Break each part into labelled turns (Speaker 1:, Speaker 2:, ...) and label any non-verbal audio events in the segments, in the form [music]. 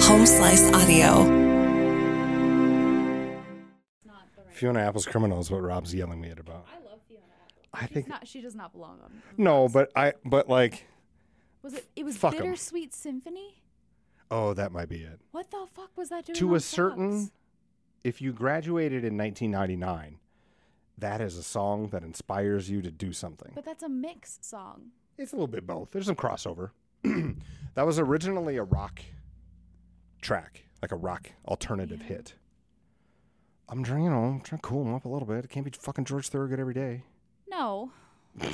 Speaker 1: Slice Audio.
Speaker 2: Fiona Apple's criminal is what Rob's yelling me at about.
Speaker 3: I love Fiona Apple.
Speaker 2: I
Speaker 3: She's
Speaker 2: think
Speaker 3: not, she does not belong on.
Speaker 2: no,
Speaker 3: Vox.
Speaker 2: but I but like
Speaker 3: was it? It was
Speaker 2: fuck 'em.
Speaker 3: Bittersweet Symphony.
Speaker 2: oh that might be it.
Speaker 3: What the fuck was that doing?
Speaker 2: To
Speaker 3: on
Speaker 2: a certain,
Speaker 3: Vox?
Speaker 2: if you graduated in 1999, that is a song that inspires you to do something.
Speaker 3: But that's a mix song.
Speaker 2: It's a little bit both. There's some crossover. [clears throat] that was originally a rock track, like a rock alternative hit. I'm trying, you know, I'm trying to cool him up a little bit. It can't be fucking George Thorogood every day.
Speaker 3: No. no.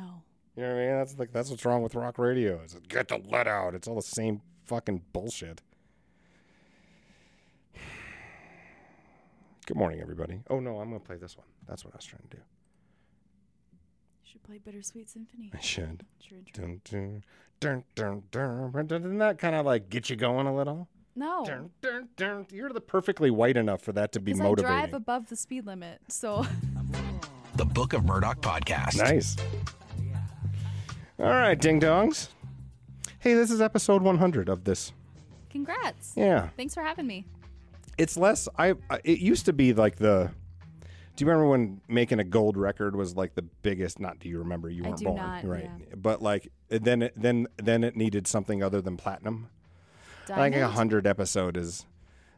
Speaker 2: You know what I mean? That's like that's what's wrong with rock radio. Is it get the let out? It's all the same fucking bullshit. [sighs] Good morning, everybody. Oh no, I'm gonna play this one. That's what I was trying to do. [laughs]
Speaker 3: You should play
Speaker 2: [laughs]
Speaker 3: Bittersweet Symphony.
Speaker 2: I should.
Speaker 3: It's your intro.
Speaker 2: Dun, dun, dun, dun, dun, dun, dun. Doesn't that kind of like get you going a little?
Speaker 3: No.
Speaker 2: Dun, dun, dun. You're the perfectly white enough for that to be
Speaker 3: Oh. Because I
Speaker 2: motivating.
Speaker 3: drive above the speed limit,
Speaker 2: [laughs]
Speaker 3: so
Speaker 4: The Book of Murdoch podcast.
Speaker 2: Nice. All right, ding dongs. Hey, this is episode 100 of this.
Speaker 3: congrats.
Speaker 2: Yeah.
Speaker 3: Thanks for having me.
Speaker 2: it's less I, I it used to be like the do you remember when making a gold record was like the biggest not do you remember you
Speaker 3: I
Speaker 2: weren't
Speaker 3: do
Speaker 2: born
Speaker 3: not,
Speaker 2: right
Speaker 3: yeah.
Speaker 2: but like then it, then then it needed something other than platinum i think a
Speaker 3: Diamond?
Speaker 2: 100 episode is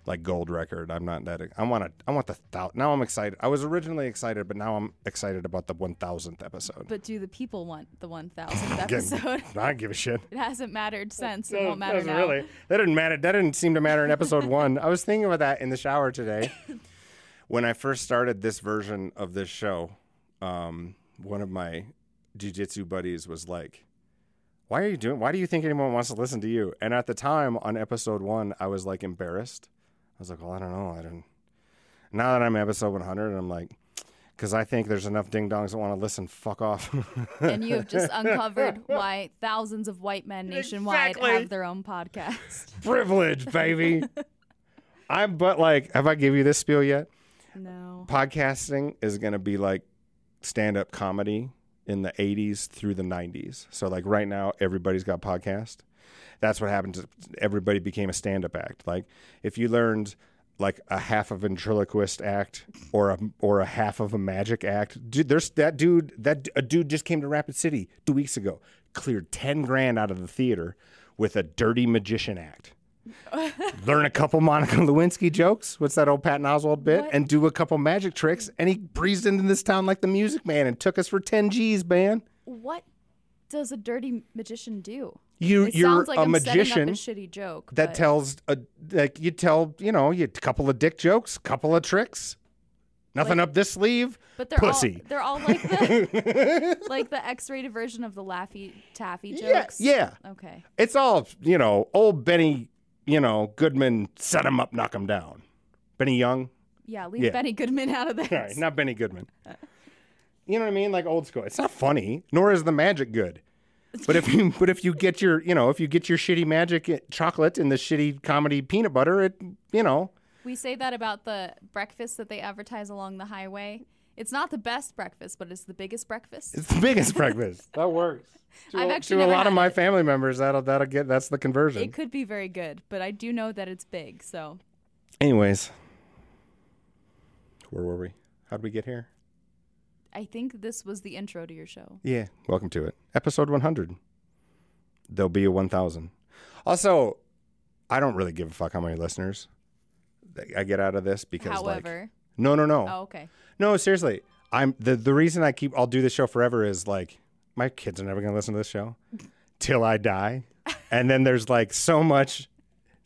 Speaker 2: like gold record i'm not that i want to i want the thou, now i'm excited i was originally excited but now i'm excited about the 1000th episode
Speaker 3: But do the people want
Speaker 2: [laughs]
Speaker 3: the 1000th episode? [laughs]
Speaker 2: i don't give a shit
Speaker 3: it hasn't mattered since. It
Speaker 2: No,
Speaker 3: won't matter
Speaker 2: doesn't
Speaker 3: now.
Speaker 2: Really, that didn't matter. That didn't seem to matter in
Speaker 3: [laughs]
Speaker 2: episode one. I was thinking about that in the shower today. when I first started this version of this show, um, one of my jujitsu buddies was like, "Why are you doing? Why do you think anyone wants to listen to you?" And at the time, on episode one, I was like embarrassed. I was like, "Well, I don't know. I don't." Now that I'm episode 100, I'm like, because I think there's enough ding dongs that want to listen. Fuck off. [laughs]
Speaker 3: and you have [laughs] just uncovered why thousands of white men nationwide
Speaker 2: Exactly.
Speaker 3: have their own podcast.
Speaker 2: privilege, baby. I'm but like, have I give you this spiel yet?
Speaker 3: No.
Speaker 2: Podcasting is gonna be like stand up comedy in the '80s through the '90s. So like right now, everybody's got podcast. That's what happened. To, everybody became a stand up act. Like if you learned like a half of ventriloquist act or a or a half of a magic act. Dude, there's that dude. That a dude just came to Rapid City two weeks ago. Cleared ten grand out of the theater with a dirty magician act learn a couple [laughs] Monica Lewinsky jokes. What's that old Patton Oswald bit?
Speaker 3: What?
Speaker 2: And do a couple magic tricks. And he breezed into this town like the Music Man and took us for ten G's, man.
Speaker 3: What does a dirty magician do?
Speaker 2: You,
Speaker 3: it
Speaker 2: Mm, you're
Speaker 3: sounds like
Speaker 2: a
Speaker 3: I'm
Speaker 2: magician
Speaker 3: setting up a shitty joke.
Speaker 2: that
Speaker 3: but
Speaker 2: tells a like you tell you know you a couple of dick jokes, couple of tricks, nothing
Speaker 3: Like-
Speaker 2: up this sleeve.
Speaker 3: but they're
Speaker 2: pussy.
Speaker 3: all they're all like the
Speaker 2: [laughs]
Speaker 3: like the X-rated version of the Laffy Taffy jokes.
Speaker 2: Yeah, yeah.
Speaker 3: Okay.
Speaker 2: It's all you know. Old Benny, you know Goodman set him up, knock him down. Benny Young,
Speaker 3: Yeah. Leave
Speaker 2: Yeah.
Speaker 3: Benny Goodman out of this.
Speaker 2: Sorry, not Benny Goodman.
Speaker 3: Uh.
Speaker 2: You know what I mean? Like old school. It's not funny, nor is the magic
Speaker 3: [laughs]
Speaker 2: good. But if you but if you get your you know if you get your shitty magic i- chocolate and the shitty comedy peanut butter, it you know
Speaker 3: We say that about the breakfast that they advertise along the highway. It's not the best breakfast, but it's the biggest breakfast.
Speaker 2: it's the biggest [laughs] breakfast. That works. To,
Speaker 3: I've
Speaker 2: a-
Speaker 3: actually
Speaker 2: to a
Speaker 3: never
Speaker 2: lot of
Speaker 3: had
Speaker 2: my
Speaker 3: it.
Speaker 2: family members, that'll that'll get that's the conversion.
Speaker 3: it could be very good, but I do know that it's big. So
Speaker 2: Anyways, where were we? How'd we get here?
Speaker 3: I think this was the intro to your show.
Speaker 2: Yeah. Welcome to it. Episode 100. There'll be a 1,000. Also, I don't really give a fuck how many listeners that I get out of this because, like,
Speaker 3: However,
Speaker 2: no, no, no,
Speaker 3: oh, okay.
Speaker 2: no. Seriously, I'm the the reason I keep I'll do this show forever is like my kids are never gonna listen to this show till I
Speaker 3: [laughs]
Speaker 2: die, and then there's like so much.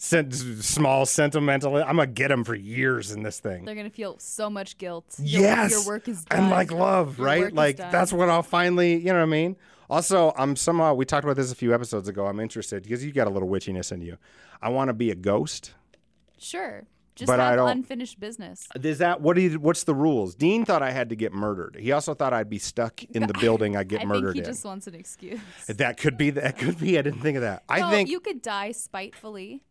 Speaker 2: Sen- small sentimental. I'm gonna get them for years in this thing.
Speaker 3: They're gonna feel so much guilt. Your-
Speaker 2: Yes.
Speaker 3: your work is done.
Speaker 2: And like love,
Speaker 3: Your work
Speaker 2: right?
Speaker 3: is
Speaker 2: Like
Speaker 3: done.
Speaker 2: that's when I'll finally, you know what I mean? Also, I'm somehow we talked about this a few episodes ago. I'm interested because you got a little witchiness in you. I want to be a ghost.
Speaker 3: sure. Just
Speaker 2: But I
Speaker 3: have
Speaker 2: don't-
Speaker 3: unfinished business.
Speaker 2: Is that what? Do you, what's the rules? Dean thought I had to get murdered. He also thought I'd be stuck in
Speaker 3: [laughs]
Speaker 2: the building I get
Speaker 3: I think
Speaker 2: murdered
Speaker 3: he
Speaker 2: in.
Speaker 3: just wants an excuse.
Speaker 2: That could be. That could be. I didn't think of that. I
Speaker 3: No,
Speaker 2: think
Speaker 3: you could die spitefully,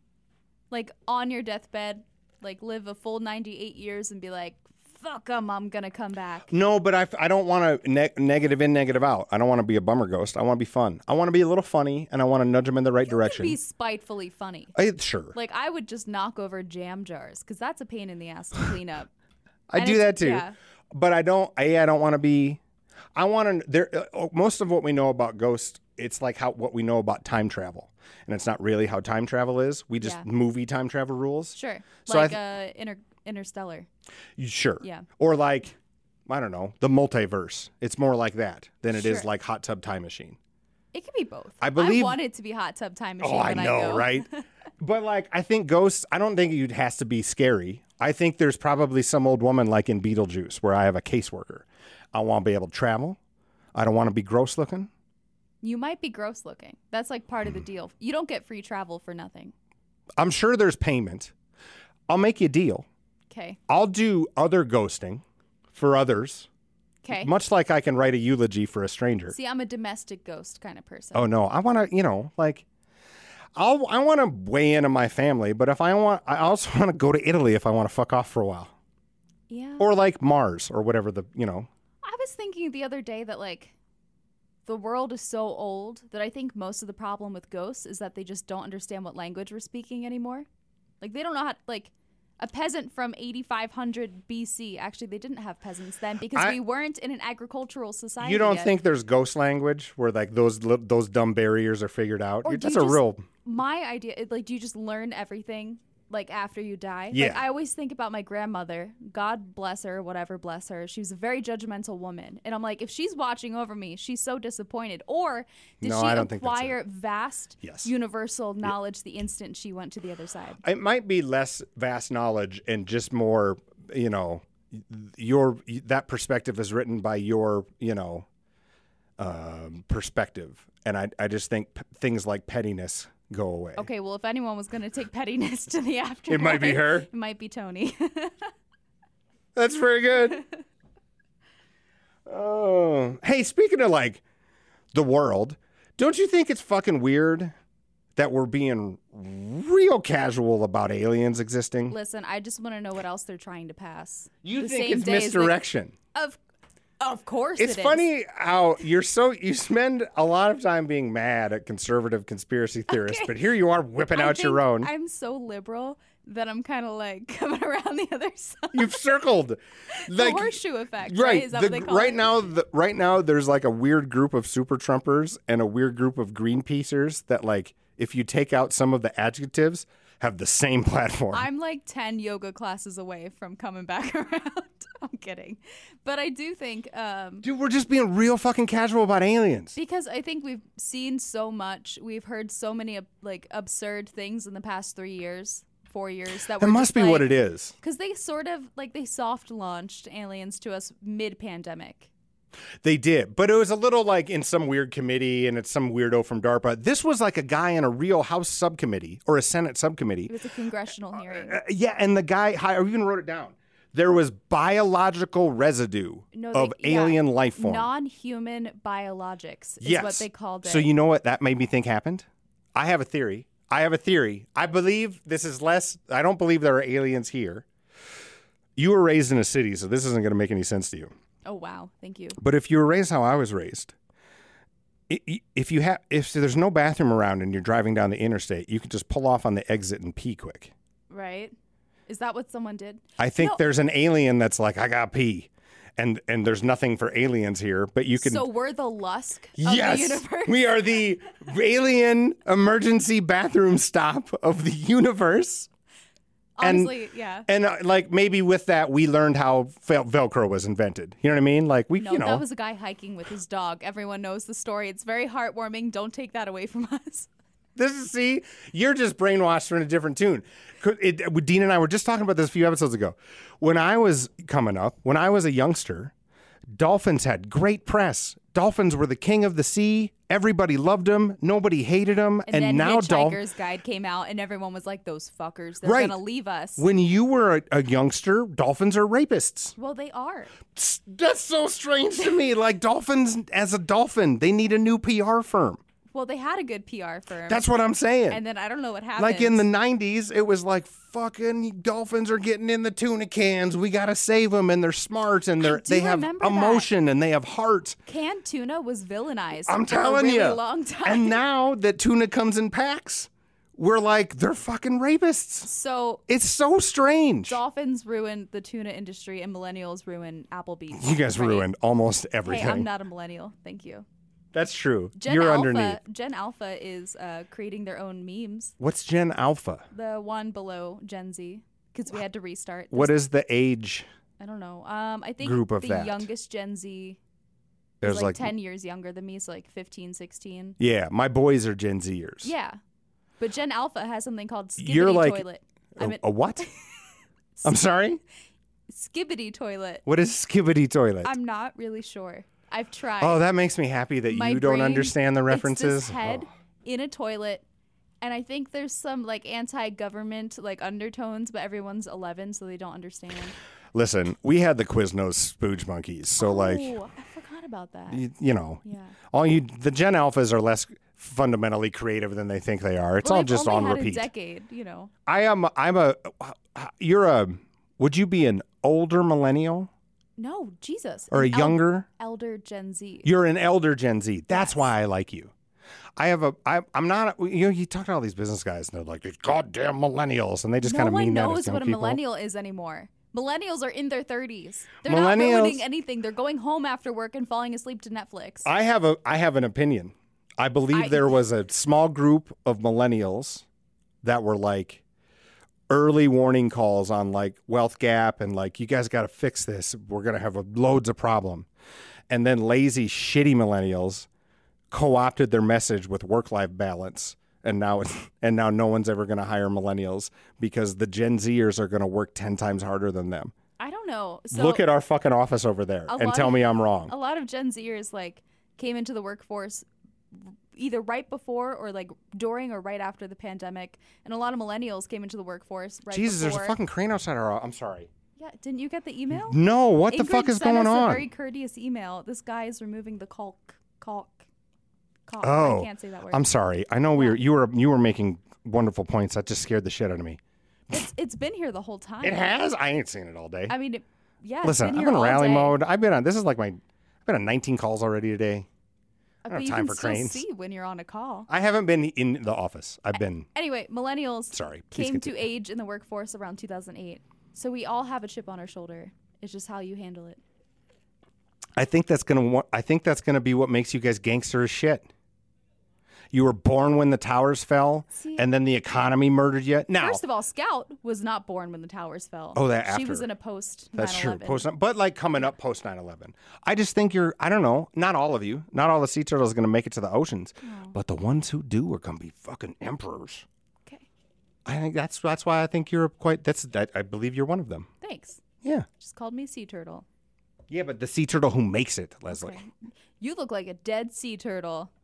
Speaker 3: like on your deathbed, like live a full ninety-eight years and be like, fuck them, I'm gonna come back.
Speaker 2: No, but I, I don't want to ne- negative in, negative out. I don't want to be a bummer ghost. I want to be fun. I want to be a little funny, and I want to nudge them in the right direction.
Speaker 3: Be spitefully funny.
Speaker 2: I, sure,
Speaker 3: Like I would just knock over jam jars because that's a pain in
Speaker 2: [sighs]
Speaker 3: the ass to clean up.
Speaker 2: I
Speaker 3: and
Speaker 2: do
Speaker 3: it's-
Speaker 2: that too.
Speaker 3: yeah.
Speaker 2: But I don't. I, I don't want to be. I want to. There, uh, most of what we know about ghosts, it's like how what we know about time travel, and it's not really how time travel is. We just
Speaker 3: Yeah.
Speaker 2: movie time travel rules.
Speaker 3: Sure,
Speaker 2: So I
Speaker 3: like uh, inter- Interstellar.
Speaker 2: Sure.
Speaker 3: Yeah.
Speaker 2: Or like, I don't know, the multiverse. It's more like that than it is
Speaker 3: Sure.
Speaker 2: like hot tub time machine.
Speaker 3: It could be both.
Speaker 2: I believe-
Speaker 3: I want it to be hot tub time machine.
Speaker 2: Oh, I
Speaker 3: when
Speaker 2: know,
Speaker 3: I go. [laughs]
Speaker 2: right? but like, I think ghosts. I don't think it has to be scary. I think there's probably some old woman like in Beetlejuice where I have a caseworker. I want to be able to travel. I don't want to be gross looking.
Speaker 3: You might be gross looking. That's like part of the deal. You don't get free travel for nothing.
Speaker 2: I'm sure there's payment. I'll make you a deal.
Speaker 3: Okay.
Speaker 2: I'll do other ghosting for others,
Speaker 3: Okay.
Speaker 2: much like I can write a eulogy for a stranger.
Speaker 3: See, I'm a domestic ghost kind of person.
Speaker 2: Oh no, I want to, you know, like I'll I want to weigh in on my family, but if I want I also [laughs] want to go to Italy if I want to fuck off for a while.
Speaker 3: Yeah.
Speaker 2: Or like Mars or whatever the, you know.
Speaker 3: I was thinking the other day that like the world is so old that I think most of the problem with ghosts is that they just don't understand what language we're speaking anymore. Like they don't know how like a peasant from 8500 BC. Actually, they didn't have peasants then because
Speaker 2: I-
Speaker 3: we weren't in an agricultural society.
Speaker 2: You don't
Speaker 3: yet.
Speaker 2: think there's ghost language where like those li- those dumb barriers are figured out?
Speaker 3: Or do
Speaker 2: That's
Speaker 3: you
Speaker 2: a
Speaker 3: just-
Speaker 2: real
Speaker 3: my idea it- like do you just learn everything like after you die like
Speaker 2: Yeah.
Speaker 3: i always think about my grandmother god bless her whatever bless her she was a very judgmental woman and i'm like if she's watching over me she's so disappointed or did
Speaker 2: No,
Speaker 3: she
Speaker 2: I don't think that's
Speaker 3: acquire vast
Speaker 2: Yes.
Speaker 3: universal knowledge the instant she went to the other side
Speaker 2: it might be less vast knowledge and just more, you know, your that perspective is written by your, you know, um, perspective. And I I just think p- things like pettiness go away.
Speaker 3: okay well if anyone was going to take pettiness to the [laughs] afterlife
Speaker 2: It might be her.
Speaker 3: it might be tony [laughs]
Speaker 2: That's very good. [laughs] oh, hey, speaking of like the world, don't you think it's fucking weird that we're being real casual about aliens existing?
Speaker 3: listen i just want to know what else they're trying to pass
Speaker 2: You
Speaker 3: The
Speaker 2: think
Speaker 3: same
Speaker 2: it's
Speaker 3: day as the-
Speaker 2: misdirection?
Speaker 3: of of course
Speaker 2: It's
Speaker 3: it is.
Speaker 2: funny how you're so you spend a lot of time being mad at conservative conspiracy theorists, but here you are whipping
Speaker 3: I
Speaker 2: out your
Speaker 3: think
Speaker 2: own.
Speaker 3: I'm so liberal that I'm kind of like [laughs] coming around the other side.
Speaker 2: You've circled
Speaker 3: [laughs] the
Speaker 2: like
Speaker 3: horseshoe effect, right?
Speaker 2: right
Speaker 3: Is that
Speaker 2: the-
Speaker 3: what they call
Speaker 2: right
Speaker 3: it?
Speaker 2: now the, right now there's like a weird group of super trumpers and a weird group of greenpeacers that like if you take out some of the adjectives have the same [laughs] platform
Speaker 3: I'm like 10 yoga classes away from coming back [laughs] around. I'm kidding. But I do think, um,
Speaker 2: dude we're just being real fucking casual about aliens
Speaker 3: because I think we've seen so much, we've heard so many ab- like absurd things in the past three years, four years that
Speaker 2: that must be what it is
Speaker 3: Because they sort of like they soft launched aliens to us mid pandemic.
Speaker 2: they did but it was a little like in some weird committee and it's some weirdo from darpa this was like a guy in a real house subcommittee or a senate subcommittee
Speaker 3: It was a congressional hearing.
Speaker 2: Uh, yeah and the guy hi- i even wrote it down there was biological residue
Speaker 3: No,
Speaker 2: of
Speaker 3: they- yeah.
Speaker 2: alien life form
Speaker 3: Non-human biologics is
Speaker 2: yes.
Speaker 3: what they called it.
Speaker 2: So you know what that made me think happened? I have a theory. I have a theory. I believe this is less. I don't believe there are aliens here. You were raised in a city, so this isn't going to make any sense to you.
Speaker 3: oh wow, thank you.
Speaker 2: But if you were raised how I was raised, i- i- if you have, if there's no bathroom around and you're driving down the interstate, you can just pull off on the exit and pee quick.
Speaker 3: Right? Is that what someone did?
Speaker 2: I think
Speaker 3: No.
Speaker 2: there's an alien that's like, I got to pee, and and there's nothing for aliens here, but you can.
Speaker 3: so we're the Lusk of
Speaker 2: yes,
Speaker 3: the
Speaker 2: [laughs]
Speaker 3: universe.
Speaker 2: we are the
Speaker 3: [laughs]
Speaker 2: alien emergency bathroom stop of the universe. and-
Speaker 3: Honestly, yeah.
Speaker 2: And uh, like maybe with that, we learned how vel- Velcro was invented. You know what I mean? Like we,
Speaker 3: No,
Speaker 2: you know,
Speaker 3: that was a guy hiking with his dog. Everyone knows the story. It's very heartwarming. Don't take that away from [laughs] us.
Speaker 2: this is see, you're just brainwashed from a different tune. Could- It, it- Dean and I were just talking about this a few episodes ago. When I was coming up, when I was a youngster, dolphins had great press. Dolphins were the king of the sea. Everybody loved them. Nobody hated them. And,
Speaker 3: then
Speaker 2: now dolphins.
Speaker 3: Hitchhiker's Guide came out, and everyone was like, "Those fuckers, they're
Speaker 2: Right.
Speaker 3: gonna leave us."
Speaker 2: When you were a, a youngster, dolphins are rapists.
Speaker 3: well, they are.
Speaker 2: That's so strange to me. Like dolphins, as a dolphin, they need a new PR firm.
Speaker 3: Well, they had a good PR firm.
Speaker 2: That's what I'm saying.
Speaker 3: and then I don't know what happened.
Speaker 2: Like in the 90s, it was like fucking dolphins are getting in the tuna cans. We got to save them and they're smart and they're
Speaker 3: do
Speaker 2: they have
Speaker 3: remember that.
Speaker 2: emotion and they have heart.
Speaker 3: canned tuna was villainized.
Speaker 2: I'm
Speaker 3: for
Speaker 2: telling
Speaker 3: a really
Speaker 2: you.
Speaker 3: long [laughs] time.
Speaker 2: And now that tuna comes in packs, we're like they're fucking rapists.
Speaker 3: so
Speaker 2: It's so strange.
Speaker 3: dolphins ruined the tuna industry, and millennials ruined Applebee's.
Speaker 2: You guys
Speaker 3: Right?
Speaker 2: ruined almost
Speaker 3: Hey,
Speaker 2: everything.
Speaker 3: I'm not a millennial. Thank you.
Speaker 2: That's true.
Speaker 3: Gen
Speaker 2: You're
Speaker 3: Alpha.
Speaker 2: underneath.
Speaker 3: Gen Alpha is uh, creating their own memes.
Speaker 2: What's Gen Alpha?
Speaker 3: The one below Gen Z, because we had to restart.
Speaker 2: What is the age?
Speaker 3: I don't know. Um, I think
Speaker 2: Group of
Speaker 3: the
Speaker 2: that.
Speaker 3: youngest Gen Z
Speaker 2: There's
Speaker 3: is like, 10 years younger than me, so like 15, 16.
Speaker 2: Yeah, my boys are Gen Zers.
Speaker 3: Yeah. But Gen Alpha has something called Skibbity
Speaker 2: You're like-
Speaker 3: Toilet.
Speaker 2: A,
Speaker 3: I mean,
Speaker 2: a
Speaker 3: [laughs]
Speaker 2: what? I'm sorry?
Speaker 3: Skibbity Toilet.
Speaker 2: What is skibbity toilet?
Speaker 3: I'm not really sure. I've tried.
Speaker 2: Oh, that makes me happy that
Speaker 3: My
Speaker 2: you don't
Speaker 3: brain-
Speaker 2: understand the references.
Speaker 3: It's this head
Speaker 2: Oh.
Speaker 3: in a toilet, and I think there's some like anti-government like undertones, but everyone's 11, so they don't understand.
Speaker 2: Listen, we had the Quiznos spooge monkeys, so like
Speaker 3: Ooh, I forgot about that.
Speaker 2: you, you know,
Speaker 3: Oh. Yeah.
Speaker 2: all you the Gen Alphas are less fundamentally creative than they think they are. It's
Speaker 3: Well,
Speaker 2: all
Speaker 3: they've
Speaker 2: just
Speaker 3: only
Speaker 2: on
Speaker 3: had
Speaker 2: repeat.
Speaker 3: A decade, you know.
Speaker 2: I am I'm a uh, you're a would you be an older millennial
Speaker 3: No, Jesus.
Speaker 2: or a
Speaker 3: an el-
Speaker 2: younger?
Speaker 3: elder Gen Z.
Speaker 2: You're an elder Gen Z. That's why I like you. I have a. I, I'm not. You know, you talk to all these business guys, and they're like these goddamn millennials, and they just
Speaker 3: no
Speaker 2: kind of
Speaker 3: one
Speaker 2: mean that
Speaker 3: knows
Speaker 2: as young
Speaker 3: what a
Speaker 2: people.
Speaker 3: millennial is anymore. Millennials are in their 30s. They're
Speaker 2: Millennials-
Speaker 3: not ruining anything. They're going home after work and falling asleep to Netflix.
Speaker 2: I have a. I have an opinion. I believe
Speaker 3: I-
Speaker 2: there was a small group of millennials that were like early warning calls on like wealth gap and like you guys got to fix this. We're gonna have a, loads of problem, and then lazy, shitty millennials co-opted their message with work-life balance and now [laughs] it's, and now no one's ever going to hire millennials because the Gen Zers are going to work 10 times harder than them.
Speaker 3: I don't know. So
Speaker 2: Look at our fucking office over there
Speaker 3: A
Speaker 2: and
Speaker 3: lot
Speaker 2: tell
Speaker 3: of-
Speaker 2: me I'm wrong.
Speaker 3: a lot of Gen Zers like came into the workforce either right before or like during or right after the pandemic, and a lot of millennials came into the workforce right
Speaker 2: Jesus,
Speaker 3: before.
Speaker 2: there's a fucking crane outside our office. I'm sorry.
Speaker 3: yeah. Didn't you get the email?
Speaker 2: No, what the
Speaker 3: Ingrid
Speaker 2: fuck is
Speaker 3: sent
Speaker 2: going
Speaker 3: us
Speaker 2: on?
Speaker 3: A very courteous email. This guy is removing the caulk, caulk, caulk.
Speaker 2: Oh,
Speaker 3: I can't say that word.
Speaker 2: I'm sorry. I know we were you were you were making wonderful points. That just scared the shit out of me.
Speaker 3: it's it's been here the whole time.
Speaker 2: It has. I ain't seen it all day.
Speaker 3: I mean, it, yeah.
Speaker 2: Listen,
Speaker 3: it's
Speaker 2: I'm
Speaker 3: been
Speaker 2: in
Speaker 3: here all
Speaker 2: rally
Speaker 3: day. Uh,
Speaker 2: mode. I've been on. This is like my. I've been on 19 calls already today.
Speaker 3: But
Speaker 2: have
Speaker 3: you
Speaker 2: time
Speaker 3: can
Speaker 2: for
Speaker 3: still
Speaker 2: cranes.
Speaker 3: see when you're on a call.
Speaker 2: I haven't been in the office. I've been.
Speaker 3: Anyway, millennials
Speaker 2: Sorry, please
Speaker 3: came to
Speaker 2: continue.
Speaker 3: age in the workforce around 2008. So we all have a chip on our shoulder. It's just how you handle it.
Speaker 2: I think that's gonna. wa- I think that's gonna be what makes you guys gangster as shit. You were born when the towers fell,
Speaker 3: See-
Speaker 2: and then the economy murdered you. Now,
Speaker 3: First of all, Scout was not born when the towers fell.
Speaker 2: Oh, that
Speaker 3: She
Speaker 2: after.
Speaker 3: was in a post
Speaker 2: that's
Speaker 3: 9/11.
Speaker 2: true. Post, but like coming up post 9-11. I just think you're. I don't know. Not all of you. Not all the sea turtles are gonna make it to the oceans, but the ones who do are gonna be fucking emperors.
Speaker 3: Okay.
Speaker 2: I think that's that's why I think you're quite. That's that. I believe you're one of them.
Speaker 3: Thanks.
Speaker 2: Yeah.
Speaker 3: Just called me sea turtle.
Speaker 2: Yeah, but the sea turtle who makes it, Leslie.
Speaker 3: You look like a dead sea turtle.
Speaker 2: [laughs]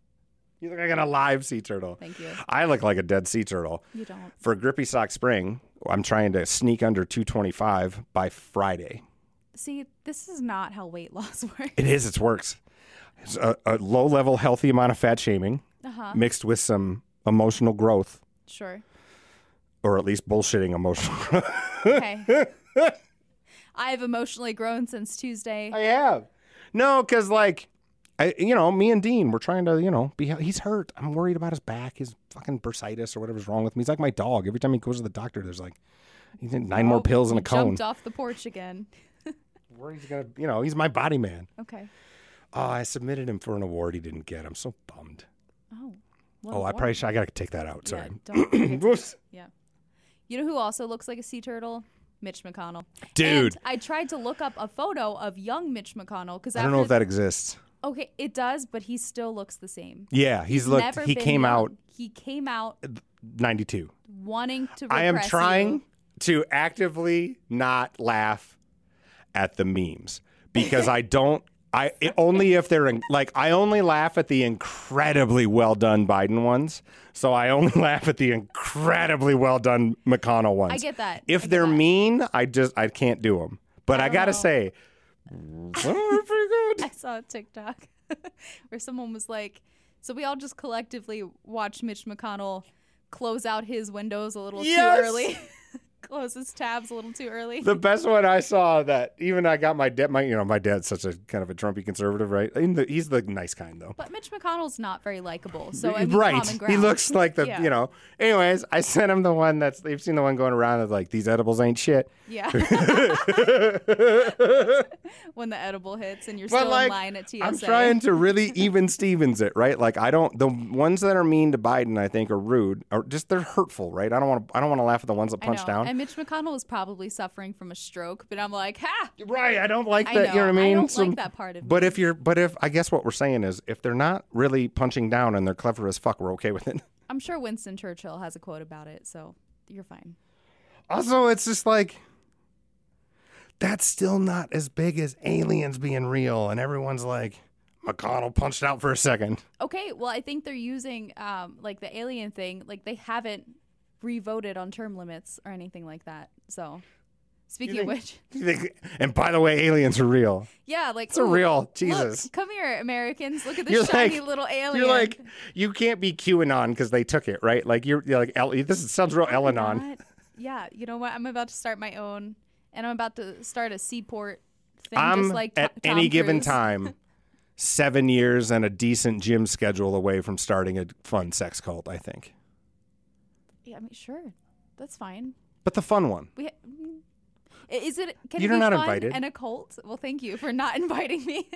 Speaker 2: You look like an alive sea turtle.
Speaker 3: Thank you.
Speaker 2: I look like a dead sea turtle.
Speaker 3: You don't.
Speaker 2: for Grippy Sock Spring, I'm trying to sneak under 225 by Friday.
Speaker 3: See, this is not how weight loss [laughs] works.
Speaker 2: It is, it's works. It's a, a low level, healthy amount of fat shaming
Speaker 3: Uh huh.
Speaker 2: mixed with some emotional growth, [laughs]
Speaker 3: Sure.
Speaker 2: or at least bullshitting emotional [laughs] growth.
Speaker 3: Okay. I have emotionally grown since Tuesday.
Speaker 2: I have. No, because, like, I, you know, me and Dean, we're trying to, you know, be. He's hurt. I'm worried about his back, his fucking bursitis or whatever's wrong with him. He's like my dog. Every time he goes to the doctor, there's like, he's in nine more
Speaker 3: Oh,
Speaker 2: pills and
Speaker 3: you
Speaker 2: a cone.
Speaker 3: Jumped off the porch again.
Speaker 2: Where he's gonna, you know, he's my body man.
Speaker 3: Okay.
Speaker 2: Oh, I submitted him for an award he didn't get. I'm so bummed.
Speaker 3: Oh. what
Speaker 2: Oh, I
Speaker 3: a
Speaker 2: probably should. I gotta take that out. Sorry.
Speaker 3: Yeah, don't forget
Speaker 2: [laughs]
Speaker 3: to-
Speaker 2: Whoops.
Speaker 3: yeah. You know who also looks like a sea turtle? Mitch McConnell.
Speaker 2: Dude.
Speaker 3: And I tried to look up a photo of young Mitch McConnell because
Speaker 2: I don't know if that exists.
Speaker 3: Okay, it does, but he still looks the same.
Speaker 2: Yeah, he's, looked.
Speaker 3: Never
Speaker 2: he
Speaker 3: been
Speaker 2: came
Speaker 3: young.
Speaker 2: out
Speaker 3: He came out
Speaker 2: 92.
Speaker 3: wanting to.
Speaker 2: I am
Speaker 3: repress
Speaker 2: trying
Speaker 3: [laughs] you.
Speaker 2: to actively not laugh at the memes because I don't. I it, only if they're in, like I only laugh at the incredibly well done Biden ones. So I only [laughs] laugh at the incredibly well done McConnell ones.
Speaker 3: I get that. I
Speaker 2: If
Speaker 3: get
Speaker 2: they're
Speaker 3: that.
Speaker 2: mean, I just I can't do them. But I,
Speaker 3: don't
Speaker 2: gotta
Speaker 3: know.
Speaker 2: say, [laughs] well, they're pretty good.
Speaker 3: [laughs] I saw a TikTok where someone was like, So we all just collectively watched Mitch McConnell close out his windows a little
Speaker 2: Yes!
Speaker 3: too early, [laughs] close his tabs a little too early.
Speaker 2: The best one I saw that even I got my dad. My you know my dad's such a kind of a Trumpy conservative, right? He's the, he's the nice kind though.
Speaker 3: but Mitch McConnell's not very likable, so I mean,
Speaker 2: right,
Speaker 3: common ground.
Speaker 2: he looks like the
Speaker 3: Yeah.
Speaker 2: you know. Anyways, I sent him the one that's they've seen the one going around of like these edibles ain't shit. [laughs]
Speaker 3: yeah. when the edible hits and you're
Speaker 2: But
Speaker 3: still
Speaker 2: like,
Speaker 3: in line at TSA,
Speaker 2: I'm trying to
Speaker 3: [laughs]
Speaker 2: really even Stevens it, right? Like I don't the ones that are mean to Biden, I think, are rude or just they're hurtful, right? I don't want to I don't want to laugh at the ones that
Speaker 3: I
Speaker 2: punch
Speaker 3: know.
Speaker 2: down.
Speaker 3: And Mitch McConnell was probably suffering from a stroke, but I'm like, ha!
Speaker 2: right, I don't like
Speaker 3: I
Speaker 2: that. You know what I
Speaker 3: know. I
Speaker 2: mean?
Speaker 3: don't like that part of
Speaker 2: But if you're, but if I guess what we're saying is, if they're not really punching down and they're clever as fuck, we're okay with it.
Speaker 3: I'm sure Winston Churchill has a quote about it, so you're fine.
Speaker 2: Also, it's just like that's still not as big as aliens being real, and everyone's like, McConnell punched out for a second. [laughs]
Speaker 3: Okay, well, I think they're using um, like the alien thing. Like they haven't revoted on term limits or anything like that. So, speaking of
Speaker 2: think-
Speaker 3: which,
Speaker 2: And by the way, aliens are real.
Speaker 3: yeah, like
Speaker 2: It's a
Speaker 3: ooh,
Speaker 2: real
Speaker 3: look,
Speaker 2: Jesus.
Speaker 3: come here, Americans.
Speaker 2: [laughs]
Speaker 3: Look at this
Speaker 2: You're
Speaker 3: shiny
Speaker 2: like-
Speaker 3: little alien.
Speaker 2: You're like, you can't be QAnon because they took it, right? Like you're, you're like, El- this is- sounds real Elanon.
Speaker 3: What? Yeah, you know what? I'm about to start my own, and I'm about to start a seaport thing,
Speaker 2: I'm
Speaker 3: just like
Speaker 2: at
Speaker 3: To-
Speaker 2: any
Speaker 3: Tom
Speaker 2: given
Speaker 3: [laughs] Cruise.
Speaker 2: time, seven years and a decent gym schedule away from starting a fun sex cult. I think,
Speaker 3: Yeah, I mean, sure, that's fine.
Speaker 2: but the fun one.
Speaker 3: We. Ha- mm. I- Is it can
Speaker 2: You're
Speaker 3: it be
Speaker 2: not
Speaker 3: fun
Speaker 2: invited.
Speaker 3: and a cult? Well, thank you for not [laughs] inviting me.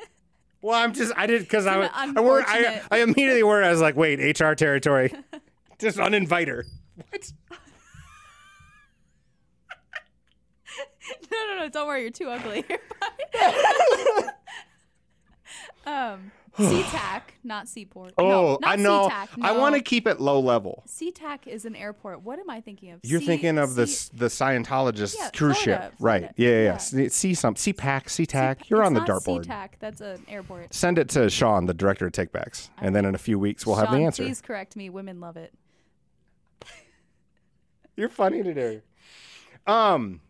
Speaker 2: Well, I'm just I did because I,
Speaker 3: an
Speaker 2: was- I, were, I
Speaker 3: unfortunate-
Speaker 2: I immediately were I was like, wait, HR
Speaker 3: [laughs]
Speaker 2: territory, just uninvite her. What?
Speaker 3: No, no, no. Don't worry. You're too ugly. [laughs] You're fine. [laughs]
Speaker 2: [sighs]
Speaker 3: um, SeaTac, not Seaport.
Speaker 2: Oh,
Speaker 3: no, not
Speaker 2: I know.
Speaker 3: SeaTac,
Speaker 2: I
Speaker 3: no.
Speaker 2: want to keep it low level.
Speaker 3: SeaTac is an airport. What am I thinking of?
Speaker 2: You're
Speaker 3: Sea-
Speaker 2: thinking of the s-
Speaker 3: Sea-
Speaker 2: the Scientologist
Speaker 3: Yeah,
Speaker 2: cruise ship,
Speaker 3: Florida,
Speaker 2: right?
Speaker 3: Florida.
Speaker 2: Yeah, yeah.
Speaker 3: Yeah.
Speaker 2: See, see some, see pack, see tack.
Speaker 3: Sea-
Speaker 2: You're
Speaker 3: it's
Speaker 2: on the
Speaker 3: not
Speaker 2: dartboard.
Speaker 3: SeaTac. That's an airport.
Speaker 2: Send it to Sean, the director of Takebacks, and then in a few weeks we'll have
Speaker 3: Sean,
Speaker 2: the answer.
Speaker 3: Please correct me. Women love it.
Speaker 2: [laughs] You're funny today. Um,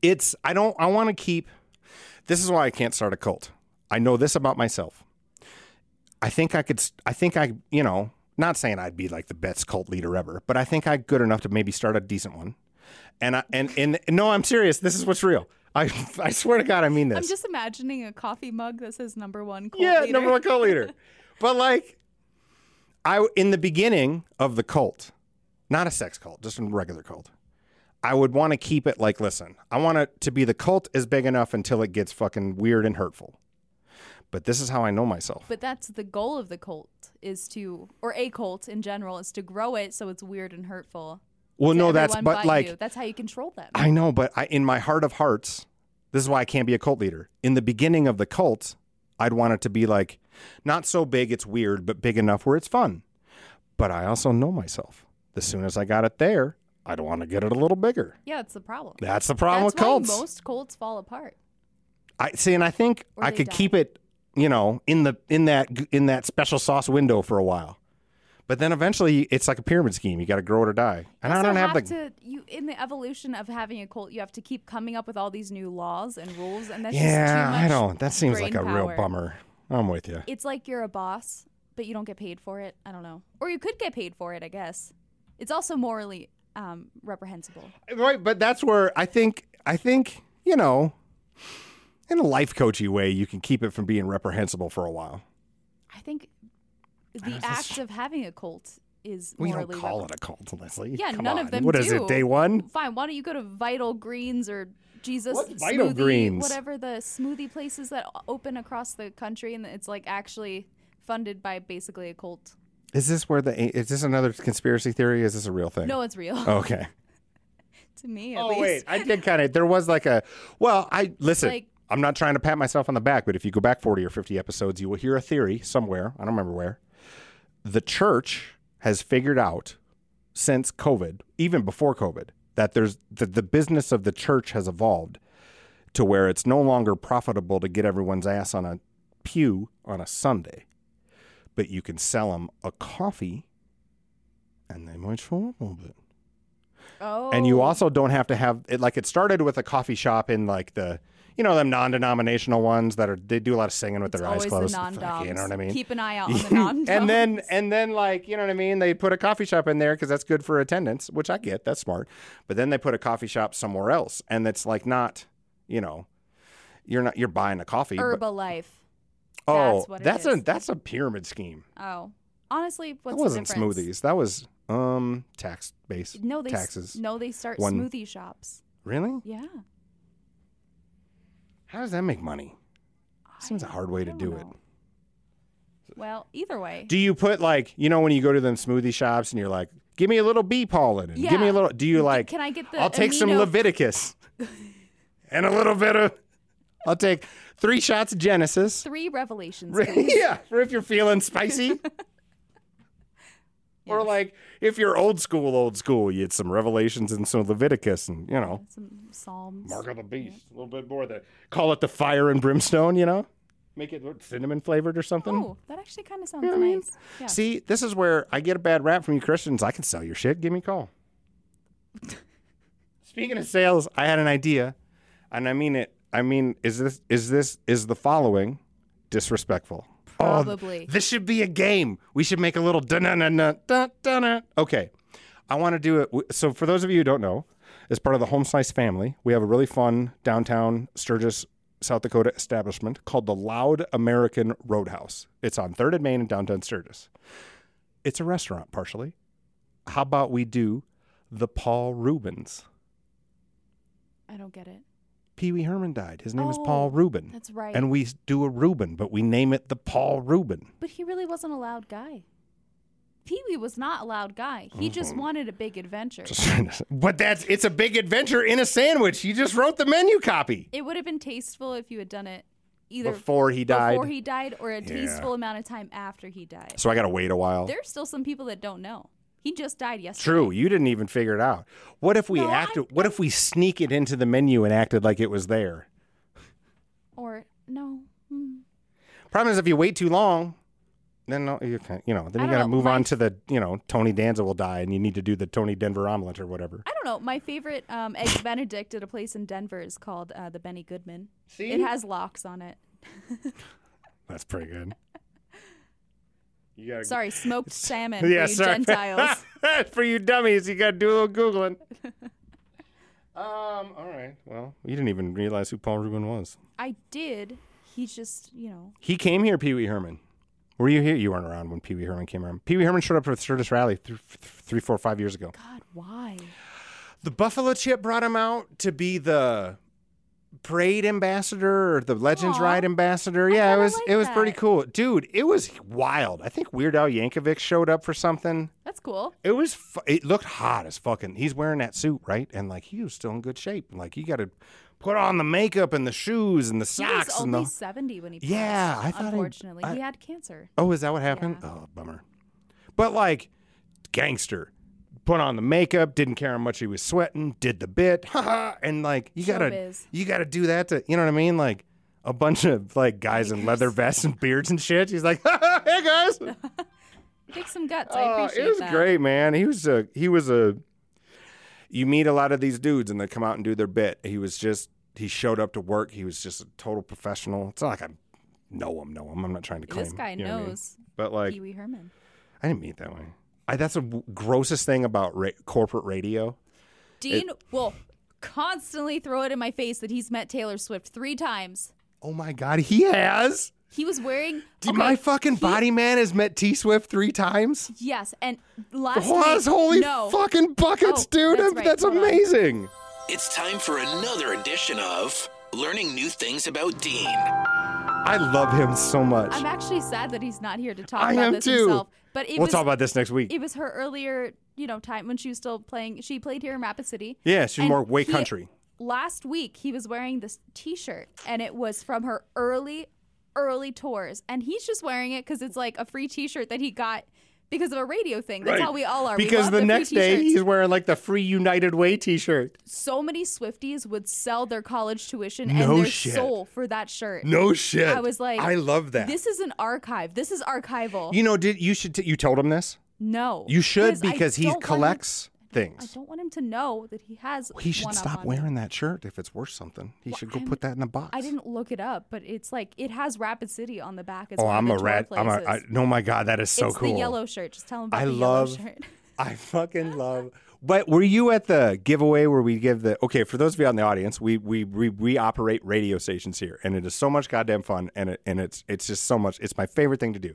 Speaker 2: it's I don't I want to keep. This is why I can't start a cult. I know this about myself. I think I could. s- I think I you know not saying I'd be like the best cult leader ever, but I think I'm good enough to maybe start a decent one. And I and and no, I'm serious. This is what's real. I [laughs] I swear to God, I mean this.
Speaker 3: I'm just imagining a coffee mug that says number one. Cult
Speaker 2: yeah,
Speaker 3: leader.
Speaker 2: number one cult [laughs] leader. but like, I in the beginning of the cult, not a sex cult, just a regular cult. I would want to keep it like, listen, I want it to be the cult is big enough until it gets fucking weird and hurtful. But this is how I know myself.
Speaker 3: But that's the goal of the cult is to, or a cult in general, is to grow it so it's weird and hurtful.
Speaker 2: well,
Speaker 3: to
Speaker 2: no, that's
Speaker 3: everyone
Speaker 2: but like
Speaker 3: you. that's how you control them.
Speaker 2: I know, but I in my heart of hearts, this is why I can't be a cult leader. In the beginning of the cult, I'd want it to be like not so big it's weird, but big enough where it's fun. But I also know myself. As soon as I got it there, I'd want to get it a little bigger.
Speaker 3: Yeah, it's the problem.
Speaker 2: That's the problem
Speaker 3: That's
Speaker 2: with cults.
Speaker 3: why most cults fall apart.
Speaker 2: I see, and I think
Speaker 3: Or
Speaker 2: I
Speaker 3: they
Speaker 2: could
Speaker 3: die.
Speaker 2: keep it, you know, in the in that in that special sauce window for a while. But then eventually, it's like a pyramid scheme. You got to grow it or die. And I
Speaker 3: Also
Speaker 2: don't have, the.
Speaker 3: to you in the evolution of having a cult. You have to keep coming up with all these new laws and rules, and that's
Speaker 2: yeah,
Speaker 3: just too
Speaker 2: I
Speaker 3: much
Speaker 2: don't. That seems like a
Speaker 3: brain
Speaker 2: real
Speaker 3: power.
Speaker 2: bummer. I'm with you.
Speaker 3: It's like you're a boss, but you don't get paid for it. I don't know, or you could get paid for it. I guess it's also morally um, reprehensible.
Speaker 2: Right, but that's where I think I think you know, in a life coachy way, you can keep it from being reprehensible for a while.
Speaker 3: I think the act of having a cult is
Speaker 2: We
Speaker 3: morally
Speaker 2: don't call
Speaker 3: repre-
Speaker 2: it a cult, Leslie.
Speaker 3: Yeah,
Speaker 2: Come
Speaker 3: none
Speaker 2: on.
Speaker 3: of them
Speaker 2: What
Speaker 3: do.
Speaker 2: is it? Day one.
Speaker 3: Fine. Why don't you go to Vital Greens or Jesus
Speaker 2: What's Vital
Speaker 3: Smoothie,
Speaker 2: Greens?
Speaker 3: whatever the smoothie places that o- open across the country, and it's like actually funded by basically a cult.
Speaker 2: Is this where the? Is this another conspiracy theory? Is this a real thing?
Speaker 3: No, it's real
Speaker 2: Okay.
Speaker 3: [laughs] to me. At
Speaker 2: Oh
Speaker 3: least.
Speaker 2: wait, I did kind of. There was like a. Well, I listen.
Speaker 3: Like-
Speaker 2: I'm not trying to pat myself on the back, but if you go back 40 or 50 episodes, you will hear a theory somewhere. I don't remember where. The church has figured out since COVID, even before COVID, that there's that the business of the church has evolved to where it's no longer profitable to get everyone's ass on a pew on a Sunday, but you can sell them a coffee, and they might show up a little bit.
Speaker 3: Oh.
Speaker 2: and you also don't have to have it like it started with a coffee shop in like the you know them non-denominational ones that are they do a lot of singing with
Speaker 3: It's
Speaker 2: their eyes
Speaker 3: always
Speaker 2: closed
Speaker 3: the
Speaker 2: Fuck,
Speaker 3: non-doms.
Speaker 2: you know what i mean
Speaker 3: Keep an eye out on the
Speaker 2: [laughs]
Speaker 3: non-doms.
Speaker 2: and then and then like you know what i mean they put a coffee shop in there because that's good for attendance which i get that's smart but then they put a coffee shop somewhere else and it's like not you know you're not you're buying a coffee but,
Speaker 3: [laughs] Herbalife.
Speaker 2: oh
Speaker 3: that's what it
Speaker 2: that's a
Speaker 3: is.
Speaker 2: that's a pyramid scheme
Speaker 3: Oh, honestly, what's
Speaker 2: that wasn't
Speaker 3: the difference?
Speaker 2: smoothies that was um tax based
Speaker 3: No, they s-
Speaker 2: taxes
Speaker 3: No, they start
Speaker 2: One-
Speaker 3: smoothie shops.
Speaker 2: really
Speaker 3: Yeah,
Speaker 2: how does that make money Seems a hard way to do it.
Speaker 3: it. Well, either way,
Speaker 2: Do you put like you know when you go to them smoothie shops and you're like, give me a little bee pollen and give me a
Speaker 3: Yeah.
Speaker 2: little? Do you like?
Speaker 3: can I get the
Speaker 2: I'll take some
Speaker 3: amino- [laughs]
Speaker 2: Leviticus and a little bit of. I'll take three shots of Genesis.
Speaker 3: three revelations. please.
Speaker 2: [laughs] yeah, or if you're feeling
Speaker 3: [laughs]
Speaker 2: spicy. Or like if you're old school, old school, you had some Revelations and some Leviticus, and you know,
Speaker 3: some psalms.
Speaker 2: Mark of the Beast, a little bit more. of The call it the fire and brimstone, you know, make it cinnamon flavored or something.
Speaker 3: Oh, that actually kind of sounds
Speaker 2: what I mean?
Speaker 3: nice. Yeah.
Speaker 2: See, this is where I get a bad rap from you Christians. I can sell your shit. Give me a
Speaker 3: [laughs]
Speaker 2: call. Speaking of sales, I had an idea, and I mean it. I mean, is this is this is the following disrespectful? Oh, th-
Speaker 3: Probably.
Speaker 2: this should be a game. We should make a little dun dun dun dun dun dun. Okay, I want to do it. w- So, for those of you who don't know, as part of the Home Slice family, we have a really fun downtown Sturgis, South Dakota establishment called the Loud American Roadhouse. It's on Third and Main in downtown Sturgis. It's a restaurant, partially. How about we do the Paul Rubens?
Speaker 3: I don't get it.
Speaker 2: Pee Wee Herman died. His name is
Speaker 3: Oh,
Speaker 2: Paul Rubin.
Speaker 3: that's right.
Speaker 2: Mm. And we s- do a Rubin, but we name it the Paul Rubin.
Speaker 3: But he really wasn't a loud guy. Pee Wee was not a loud guy. He just
Speaker 2: Mm-hmm.
Speaker 3: wanted a big adventure.
Speaker 2: but that's it's a big adventure in a sandwich. You just wrote the menu copy
Speaker 3: it would have been tasteful if you had done it either
Speaker 2: before he died.
Speaker 3: before he died or a tasteful amount of time after he died.
Speaker 2: so I got to wait a while.
Speaker 3: There's still some people that don't know. He just died yesterday.
Speaker 2: True, you didn't even figure it out. What if we
Speaker 3: No, I-
Speaker 2: acted? what if we sneak it into the menu and acted like it was there?
Speaker 3: Or no. Hmm.
Speaker 2: Problem is, if you wait too long, then no, you can you know then
Speaker 3: I
Speaker 2: you
Speaker 3: don't
Speaker 2: got to
Speaker 3: know,
Speaker 2: move
Speaker 3: my-
Speaker 2: on to the you know Tony Danza will die and you need to do the Tony Denver omelet or whatever.
Speaker 3: I don't know. My favorite um,
Speaker 2: [laughs]
Speaker 3: egg Benedict at a place in Denver is called uh, the Benny Goodman.
Speaker 2: See?
Speaker 3: It has locks on it.
Speaker 2: That's pretty
Speaker 3: [laughs]
Speaker 2: good. You gotta [laughs]
Speaker 3: Sorry, smoked salmon
Speaker 2: Yeah,
Speaker 3: for you
Speaker 2: sorry.
Speaker 3: Gentiles.
Speaker 2: [laughs] for you dummies, you got to do a little
Speaker 3: [laughs]
Speaker 2: googling. um. All right. Well, you didn't even realize who Paul Rubin was.
Speaker 3: I did. He's just, you know,
Speaker 2: He came here, Pee Wee Herman. Were you here? You weren't around when Pee Wee Herman came around. Pee Wee Herman showed up for the Sturgis Rally th- th- three, four, five years ago.
Speaker 3: God, why?
Speaker 2: The Buffalo Chip brought him out to be the parade ambassador or the Legends
Speaker 3: Aw.
Speaker 2: Ride ambassador. Yeah, it
Speaker 3: kinda
Speaker 2: was
Speaker 3: like
Speaker 2: it was pretty
Speaker 3: that.
Speaker 2: cool, dude. It was wild. I think Weird Al Yankovic showed up for something.
Speaker 3: That's cool.
Speaker 2: It was. Fu- it looked hot as fucking. He's wearing that suit, right? And like he was still in good shape. Like you got to put on the makeup and the shoes and the
Speaker 3: He
Speaker 2: socks
Speaker 3: was
Speaker 2: and the.
Speaker 3: only 70 when he passed.
Speaker 2: Yeah, I thought he-
Speaker 3: unfortunately.
Speaker 2: I-
Speaker 3: he had cancer.
Speaker 2: Oh, is that what happened? Oh, bummer. But like, gangster, put on the makeup, didn't care how much he was sweating, did the bit, haha, and like you gotta
Speaker 3: Showbiz.
Speaker 2: you gotta do that to you know what I mean? Like a bunch of like guys in leather vests and beards and shit. He's like, [laughs] hey guys,
Speaker 3: Kick some guts.
Speaker 2: Oh,
Speaker 3: I appreciate
Speaker 2: it was
Speaker 3: that.
Speaker 2: great, man. He was a he was a. You meet a lot of these dudes, and they come out and do their bit. He was just he showed up to work. He was just a total professional. It's not like I know him, know him. I'm not trying to claim
Speaker 3: This guy
Speaker 2: you know what I mean?
Speaker 3: knows
Speaker 2: But like,
Speaker 3: Pee Wee Herman.
Speaker 2: I didn't meet that way. I, that's the w- grossest thing about ra- corporate radio.
Speaker 3: Dean will constantly throw it in my face that he's met Taylor Swift three times.
Speaker 2: Oh my god, he has.
Speaker 3: He was wearing.
Speaker 2: Did
Speaker 3: okay,
Speaker 2: my fucking
Speaker 3: he-
Speaker 2: body man has met T Swift three times?
Speaker 3: Yes, and last
Speaker 2: Wow,
Speaker 3: night,
Speaker 2: holy
Speaker 3: no,
Speaker 2: fucking buckets,
Speaker 3: Oh,
Speaker 2: dude!
Speaker 3: that's
Speaker 2: That's,
Speaker 3: right.
Speaker 2: that's
Speaker 3: Hold on.
Speaker 2: amazing.
Speaker 4: It's time for another edition of Learning New Things About Dean.
Speaker 2: I love him so much.
Speaker 3: I'm actually sad that he's not here to talk
Speaker 2: I
Speaker 3: about
Speaker 2: am
Speaker 3: this
Speaker 2: too.
Speaker 3: himself. But it
Speaker 2: we'll
Speaker 3: was
Speaker 2: talk about this next week.
Speaker 3: it was her earlier, you know, time when she was still playing. She played here in Rapid City.
Speaker 2: Yeah, she's
Speaker 3: And
Speaker 2: more way
Speaker 3: he-
Speaker 2: country.
Speaker 3: Last week, he was wearing this T-shirt, and it was from her early, early tours, and he's just wearing it because it's like a free T-shirt that he got because of a radio thing. That's how we all are. We
Speaker 2: Because
Speaker 3: love
Speaker 2: the
Speaker 3: free
Speaker 2: next day
Speaker 3: T-shirts.
Speaker 2: he's wearing like the Free United Way T-shirt.
Speaker 3: so many Swifties would sell their college tuition
Speaker 2: No
Speaker 3: and their
Speaker 2: shit.
Speaker 3: soul for that shirt.
Speaker 2: No shit.
Speaker 3: I was like,
Speaker 2: I love that.
Speaker 3: This is an archive. This is archival.
Speaker 2: you know, did you should t- you told him this?
Speaker 3: no,
Speaker 2: You should
Speaker 3: I
Speaker 2: because he
Speaker 3: don't want him-
Speaker 2: collects
Speaker 3: I
Speaker 2: things.
Speaker 3: don't want him him to know that he has.
Speaker 2: He should
Speaker 3: one up
Speaker 2: stop
Speaker 3: on
Speaker 2: wearing
Speaker 3: Him.
Speaker 2: that shirt if it's worth something. He should go
Speaker 3: I'm-
Speaker 2: put that in a box.
Speaker 3: I didn't look it up, but it's like it has Rapid City on the back. As
Speaker 2: Oh,
Speaker 3: one of
Speaker 2: I'm
Speaker 3: the
Speaker 2: a
Speaker 3: tour
Speaker 2: rat. I'm a.
Speaker 3: places.
Speaker 2: I, no, my God, that is so
Speaker 3: it's
Speaker 2: cool.
Speaker 3: the yellow shirt. Just tell him about
Speaker 2: I
Speaker 3: the
Speaker 2: love.
Speaker 3: yellow shirt. [laughs]
Speaker 2: I fucking love. But were you at the giveaway where we give the? Okay, for those of you out in the audience, we we we, we operate radio stations here, and it is so much goddamn fun, and it and it's it's just so much. It's my favorite thing to do,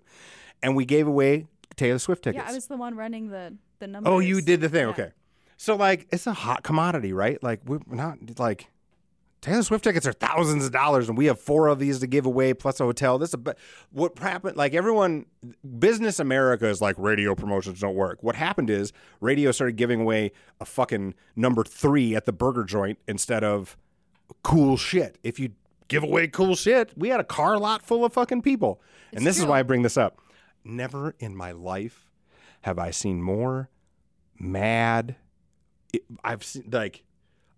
Speaker 2: and we gave away Taylor Swift tickets.
Speaker 3: Yeah, I was the one running the the numbers.
Speaker 2: Oh, you did the thing.
Speaker 3: Yeah.
Speaker 2: Okay. So like it's a hot commodity, right? Like we're not like Taylor Swift tickets are thousands of dollars, and we have four of these to give away plus a hotel. This is a- what happened. Like everyone, business America is like radio promotions don't work. What happened is radio started giving away a fucking number three at the burger joint instead of cool shit. If you give away cool shit, we had a car lot full of fucking people, and this is
Speaker 3: true.
Speaker 2: why I bring this up. Never in my life have I seen more mad. It, I've seen like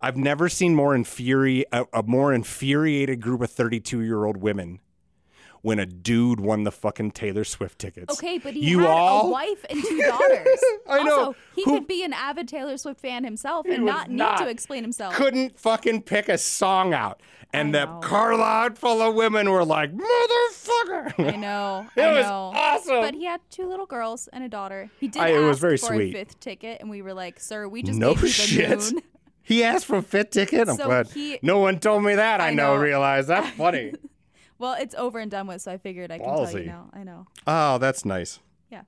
Speaker 2: I've never seen more infuri a, a more infuriated group of 32 year old women when a dude won the fucking Taylor Swift tickets.
Speaker 3: Okay, but he
Speaker 2: you
Speaker 3: had
Speaker 2: all
Speaker 3: a wife
Speaker 2: [laughs]
Speaker 3: and two daughters.
Speaker 2: I know.
Speaker 3: Also, he
Speaker 2: Who-
Speaker 3: could be an avid Taylor Swift fan himself and
Speaker 2: was
Speaker 3: not need
Speaker 2: not.
Speaker 3: to explain himself.
Speaker 2: couldn't fucking pick a song out, and
Speaker 3: I
Speaker 2: the
Speaker 3: know.
Speaker 2: car lot full of women were like, "Motherfucker!"
Speaker 3: I know.
Speaker 2: It
Speaker 3: I
Speaker 2: was
Speaker 3: know.
Speaker 2: awesome.
Speaker 3: But he had two little girls and a daughter. He did
Speaker 2: I- it was
Speaker 3: ask
Speaker 2: very
Speaker 3: for
Speaker 2: sweet.
Speaker 3: a fifth ticket, and we were like, "Sir, we just
Speaker 2: no
Speaker 3: gave you the
Speaker 2: shit.
Speaker 3: moon."
Speaker 2: [laughs]
Speaker 3: [laughs]
Speaker 2: He asked for a fit ticket. I'm
Speaker 3: So
Speaker 2: glad
Speaker 3: he-
Speaker 2: no one told me that. I,
Speaker 3: I
Speaker 2: now
Speaker 3: know.
Speaker 2: realize that's
Speaker 3: [laughs]
Speaker 2: funny.
Speaker 3: Well, it's over and done with, so I figured I can tell
Speaker 2: Ballsy.
Speaker 3: you now. I know.
Speaker 2: oh, that's nice.
Speaker 3: Yeah.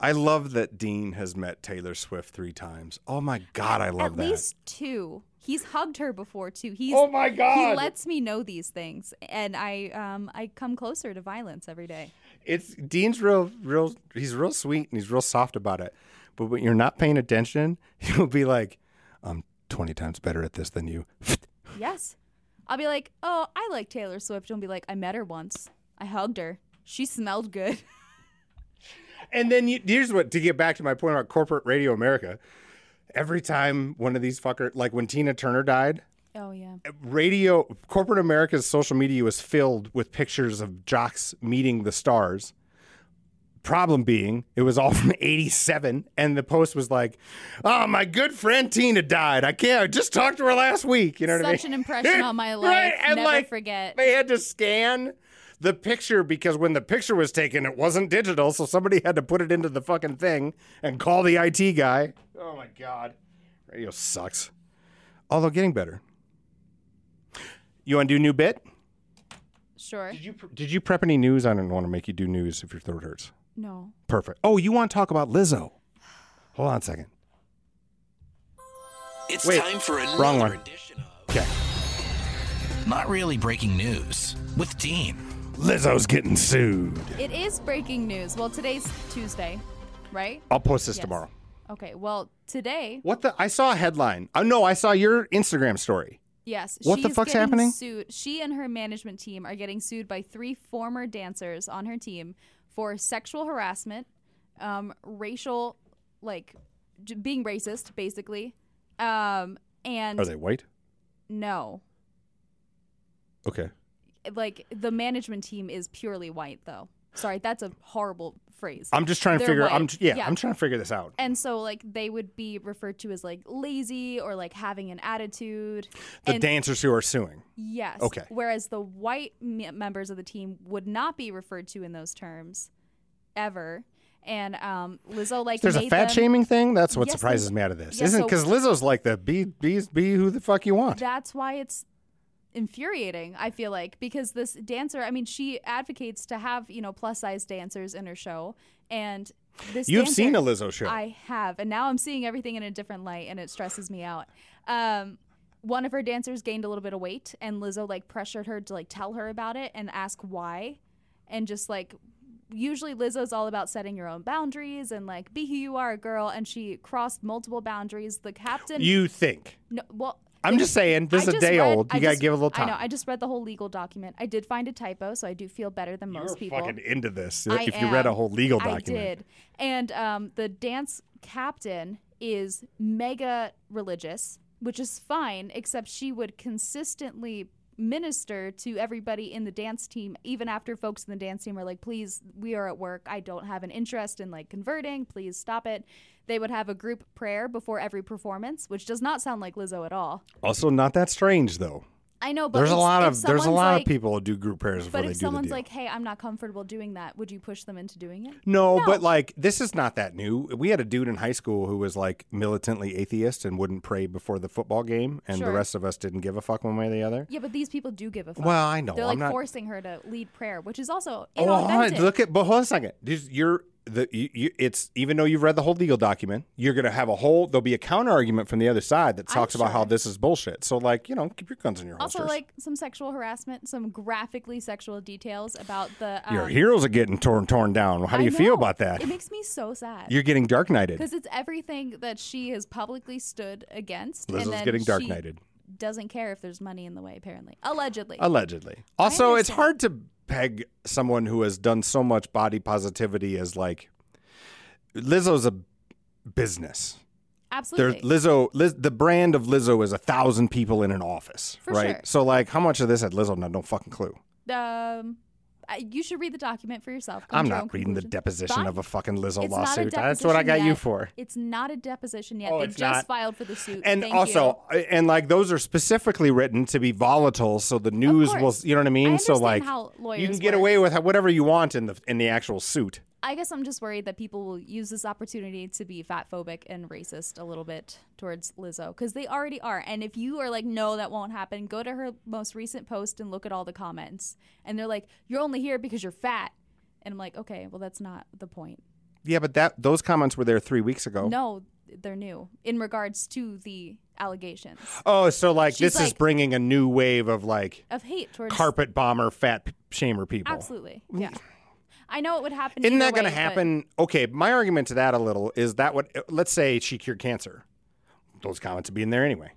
Speaker 2: I love that Dean has met Taylor Swift three times. Oh my God, I love
Speaker 3: At
Speaker 2: that.
Speaker 3: least two. He's hugged her before too. He's
Speaker 2: oh my God.
Speaker 3: he lets me know these things, and I um I come closer to violence every day.
Speaker 2: it's Dean's real, real. He's real sweet and he's real soft about it. But when you're not paying attention, [laughs] he'll be like, "I'm 20 times better at this than you."
Speaker 3: Yes. I'll be like, oh, I like Taylor Swift. And be like, I met her once. I hugged her. She smelled good.
Speaker 2: And then you, here's what to get back to my point about corporate radio America. Every time one of these fucker, like when Tina Turner died,
Speaker 3: [laughs] Oh, yeah.
Speaker 2: radio corporate America's social media was filled with pictures of jocks meeting the stars. Problem being, it was all [laughs] from '87, and the post was like, "Oh, my good friend Tina died. I can't. I just talked to her last week. You know what I mean?"
Speaker 3: Such an
Speaker 2: [laughs]
Speaker 3: impression on my life.
Speaker 2: Right, and
Speaker 3: Never
Speaker 2: like,
Speaker 3: forget.
Speaker 2: They had to scan the picture because when the picture was taken, it wasn't digital, so somebody had to put it into the fucking thing and call the IT guy. Oh my god, radio sucks. Although getting better. You want to do new bit?
Speaker 3: Sure.
Speaker 2: Did you pre- did you prep any news? I don't want to make you do news if your throat hurts.
Speaker 3: No.
Speaker 2: Perfect. Oh, you want to talk about Lizzo? Hold on a second.
Speaker 4: It's
Speaker 2: Wait,
Speaker 4: time for another
Speaker 2: wrong one.
Speaker 4: edition of
Speaker 2: Okay.
Speaker 4: Not Really Breaking News with Dean.
Speaker 2: Lizzo's getting sued.
Speaker 3: It is breaking news. Well, today's Tuesday, right?
Speaker 2: I'll post this
Speaker 3: Yes.
Speaker 2: tomorrow.
Speaker 3: Okay. Well, today,
Speaker 2: What the? I saw a headline. Oh no, I saw your Instagram story.
Speaker 3: yes.
Speaker 2: What the
Speaker 3: she's
Speaker 2: fuck's
Speaker 3: getting
Speaker 2: happening?
Speaker 3: Sued. She and her management team are getting sued by three former dancers on her team for sexual harassment, um, racial, like j- being racist, basically. Um, and
Speaker 2: Are they white?
Speaker 3: no.
Speaker 2: Okay.
Speaker 3: like the management team is purely white though sorry that's a horrible phrase
Speaker 2: I'm just trying to
Speaker 3: They're
Speaker 2: figure. I'm
Speaker 3: white.
Speaker 2: yeah,
Speaker 3: Yeah.
Speaker 2: I'm trying to figure this out.
Speaker 3: and so like they would be referred to as like lazy or like having an attitude
Speaker 2: The
Speaker 3: and
Speaker 2: dancers who are suing.
Speaker 3: yes
Speaker 2: Okay.
Speaker 3: whereas the white m- members of the team would not be referred to in those terms ever and um lizzo like
Speaker 2: There's a
Speaker 3: made
Speaker 2: fat
Speaker 3: them-
Speaker 2: shaming thing. That's what
Speaker 3: Yes,
Speaker 2: surprises
Speaker 3: there's-
Speaker 2: me out of this,
Speaker 3: yeah,
Speaker 2: isn't?
Speaker 3: so-
Speaker 2: Because Lizzo's like the be be be who the fuck you want.
Speaker 3: that's why it's infuriating i feel like because this dancer i mean she advocates to have you know plus size dancers in her show and this
Speaker 2: You've
Speaker 3: dancer-
Speaker 2: seen a Lizzo show.
Speaker 3: I have, and now I'm seeing everything in a different light, and it stresses me out. Um, one of her dancers gained a little bit of weight, and Lizzo like pressured her to like tell her about it and ask why, and just like usually Lizzo's all about setting your own boundaries and like be who you are, girl, and she crossed multiple boundaries. The captain,
Speaker 2: you think?
Speaker 3: no, well.
Speaker 2: I'm just saying this
Speaker 3: I
Speaker 2: is a
Speaker 3: just
Speaker 2: day
Speaker 3: read-
Speaker 2: old. You
Speaker 3: I
Speaker 2: gotta
Speaker 3: just-
Speaker 2: give it a little time.
Speaker 3: I know. I just read the whole legal document. I did find a typo, so I do feel better than
Speaker 2: You're
Speaker 3: most people.
Speaker 2: fucking into this. uh,
Speaker 3: I
Speaker 2: if you read a
Speaker 3: am.
Speaker 2: whole legal document,
Speaker 3: I did. And um, the dance captain is mega religious, which is fine, except she would consistently minister to everybody in the dance team, even after folks in the dance team were like, please, we are at work. I don't have an interest in like converting. Please stop it. They would have a group prayer before every performance, which does not sound like Lizzo at all.
Speaker 2: Also, not that strange though.
Speaker 3: I know, but
Speaker 2: there's a
Speaker 3: it's-
Speaker 2: lot
Speaker 3: if
Speaker 2: of there's a
Speaker 3: someone's
Speaker 2: lot
Speaker 3: like-
Speaker 2: of people who do group prayers before
Speaker 3: But
Speaker 2: they do
Speaker 3: if
Speaker 2: the
Speaker 3: someone's
Speaker 2: deal.
Speaker 3: like, "Hey, I'm not comfortable doing that," would you push them into doing it?
Speaker 2: no,
Speaker 3: No.
Speaker 2: but like this is not that new. We had a dude in high school who was like militantly atheist and wouldn't pray before the football game, and
Speaker 3: Sure.
Speaker 2: the rest of us didn't give a fuck one way or the other.
Speaker 3: Yeah, but these people do give a fuck.
Speaker 2: Well, I know
Speaker 3: They're
Speaker 2: I'm
Speaker 3: like
Speaker 2: not.
Speaker 3: forcing her to lead prayer, which is also
Speaker 2: Oh, hold on,
Speaker 3: inauthentic.
Speaker 2: look at but hold on a second. This- you're the you, you, it's even though you've read the whole legal document, you're gonna have a whole there'll be a counter argument from the other side that
Speaker 3: I'm
Speaker 2: talks about how
Speaker 3: sure.
Speaker 2: this is bullshit. So like you know keep your guns in your
Speaker 3: also,
Speaker 2: holsters.
Speaker 3: like some sexual harassment, some graphically sexual details about the. Um,
Speaker 2: your heroes are getting torn torn down. How do
Speaker 3: I
Speaker 2: you feel
Speaker 3: know.
Speaker 2: about that?
Speaker 3: It makes me so sad.
Speaker 2: You're getting dark knighted.
Speaker 3: [laughs] because it's everything that she has publicly stood against,
Speaker 2: Lizzo's
Speaker 3: and then
Speaker 2: getting dark
Speaker 3: she
Speaker 2: knighted.
Speaker 3: doesn't care if there's money in the way. Apparently, allegedly,
Speaker 2: Allegedly. Also, it's
Speaker 3: understand.
Speaker 2: hard to peg someone who has done so much body positivity as like Lizzo's a business. There's
Speaker 3: absolutely.
Speaker 2: Lizzo, Liz, the brand of Lizzo is a thousand people in an office,
Speaker 3: For
Speaker 2: right?
Speaker 3: sure.
Speaker 2: So like, how much of this had Lizzo? No, no fucking clue.
Speaker 3: um, I- you should read the document for yourself. Come
Speaker 2: I'm
Speaker 3: to your own
Speaker 2: not reading the
Speaker 3: conclusions.
Speaker 2: deposition
Speaker 3: Fine.
Speaker 2: of a fucking Lizzo
Speaker 3: It's not a
Speaker 2: lawsuit. That's what I got
Speaker 3: deposition
Speaker 2: you
Speaker 3: yet.
Speaker 2: for.
Speaker 3: It's not a deposition yet.
Speaker 2: Oh,
Speaker 3: they
Speaker 2: it's
Speaker 3: just
Speaker 2: not.
Speaker 3: filed for the suit.
Speaker 2: And
Speaker 3: Thank
Speaker 2: also, and like those are specifically written to be volatile, so the news will.
Speaker 3: course.
Speaker 2: You know what I
Speaker 3: you. I
Speaker 2: mean? so
Speaker 3: understand
Speaker 2: like,
Speaker 3: how lawyers
Speaker 2: you can get
Speaker 3: work.
Speaker 2: away with whatever you want in the in the actual suit.
Speaker 3: I guess I'm just worried that people will use this opportunity to be fat phobic and racist a little bit towards Lizzo because they already are. And if you are like, no, that won't happen, go to her most recent post and look at all the comments. And they're like, you're only here because you're fat. And I'm like, okay, well, that's not the point.
Speaker 2: Yeah, but that those comments were there three weeks ago.
Speaker 3: No, they're new in regards to the allegations
Speaker 2: Oh, so like this
Speaker 3: She's
Speaker 2: is
Speaker 3: like-
Speaker 2: bringing a new wave of like
Speaker 3: of hate towards
Speaker 2: carpet bomber, fat p- shamer people.
Speaker 3: Absolutely. Yeah. I know it would happen.
Speaker 2: Isn't
Speaker 3: either
Speaker 2: that going to
Speaker 3: way, but-
Speaker 2: happen? Okay, my argument to that a little is that what let's say she cured cancer, those comments would be in there anyway.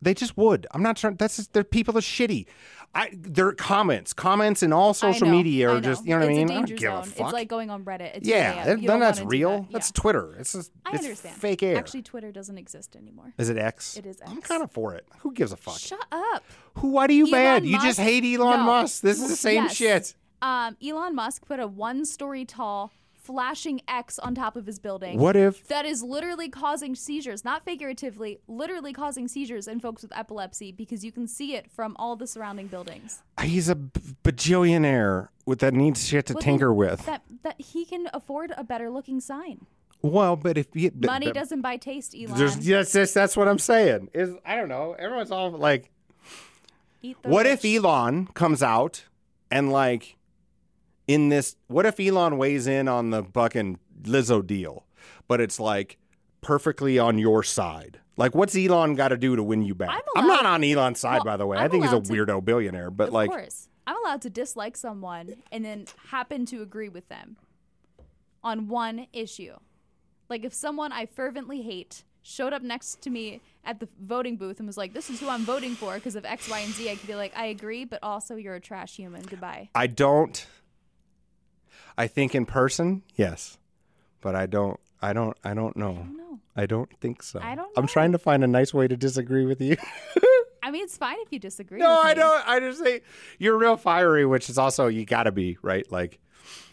Speaker 2: They just would. I'm not trying. That's just, their people are shitty. I their comments, comments in all
Speaker 3: I
Speaker 2: social
Speaker 3: know,
Speaker 2: media
Speaker 3: I
Speaker 2: are just you know what I
Speaker 3: It's a
Speaker 2: mean. I
Speaker 3: danger
Speaker 2: don't give
Speaker 3: zone.
Speaker 2: a fuck.
Speaker 3: It's like going on Reddit. It's really
Speaker 2: yeah,
Speaker 3: a-
Speaker 2: that- then
Speaker 3: you don't
Speaker 2: that's
Speaker 3: wanna do that.
Speaker 2: real.
Speaker 3: Yeah.
Speaker 2: That's Twitter. It's just
Speaker 3: I
Speaker 2: it's
Speaker 3: understand.
Speaker 2: fake air.
Speaker 3: Actually, Twitter doesn't exist anymore.
Speaker 2: is it X?
Speaker 3: It is
Speaker 2: I'm
Speaker 3: X.
Speaker 2: kind of for it. Who gives a fuck?
Speaker 3: Shut up.
Speaker 2: Who? Why do you
Speaker 3: Elon
Speaker 2: bad? You
Speaker 3: Musk-
Speaker 2: just hate Elon
Speaker 3: No.
Speaker 2: Musk. This is the same
Speaker 3: Yes.
Speaker 2: shit.
Speaker 3: Um, Elon Musk put a one-story tall flashing X on top of his building.
Speaker 2: What if
Speaker 3: That is literally causing seizures, not figuratively, literally causing seizures in folks with epilepsy because you can see it from all the surrounding buildings.
Speaker 2: he's a b- bajillionaire with that needs shit to
Speaker 3: Well, then
Speaker 2: tinker with?
Speaker 3: That that he can afford a better looking sign.
Speaker 2: Well, but if you, th-
Speaker 3: Money
Speaker 2: th-
Speaker 3: doesn't buy taste, Elon.
Speaker 2: There's yes, yes, that's what I'm saying. Is I don't know. Everyone's all like,
Speaker 3: Eat the
Speaker 2: what
Speaker 3: rich.
Speaker 2: if Elon comes out and like in this? What if Elon weighs in on the fucking Lizzo deal, but it's like perfectly on your side? Like, what's Elon got to do to win you back?
Speaker 3: I'm
Speaker 2: not on Elon's side,
Speaker 3: well,
Speaker 2: by the way. i
Speaker 3: I'm
Speaker 2: think he's a
Speaker 3: allowed to-
Speaker 2: weirdo billionaire, but
Speaker 3: Of
Speaker 2: like,
Speaker 3: course. I'm allowed to dislike someone and then happen to agree with them on one issue. Like if someone I fervently hate showed up next to me at the voting booth and was like, "This is who I'm voting for because of X, Y, and Z," I could be like, "I agree, but also you're a trash human. Goodbye."
Speaker 2: I don't. I think in person, yes, but I don't. I don't. I don't know.
Speaker 3: No,
Speaker 2: I don't think so.
Speaker 3: I don't
Speaker 2: I'm
Speaker 3: know.
Speaker 2: trying to find a nice way to disagree with you. [laughs]
Speaker 3: I mean it's fine if you disagree.
Speaker 2: no,
Speaker 3: with
Speaker 2: I
Speaker 3: me.
Speaker 2: don't. I just say you're real fiery, which is also you got to be right. Like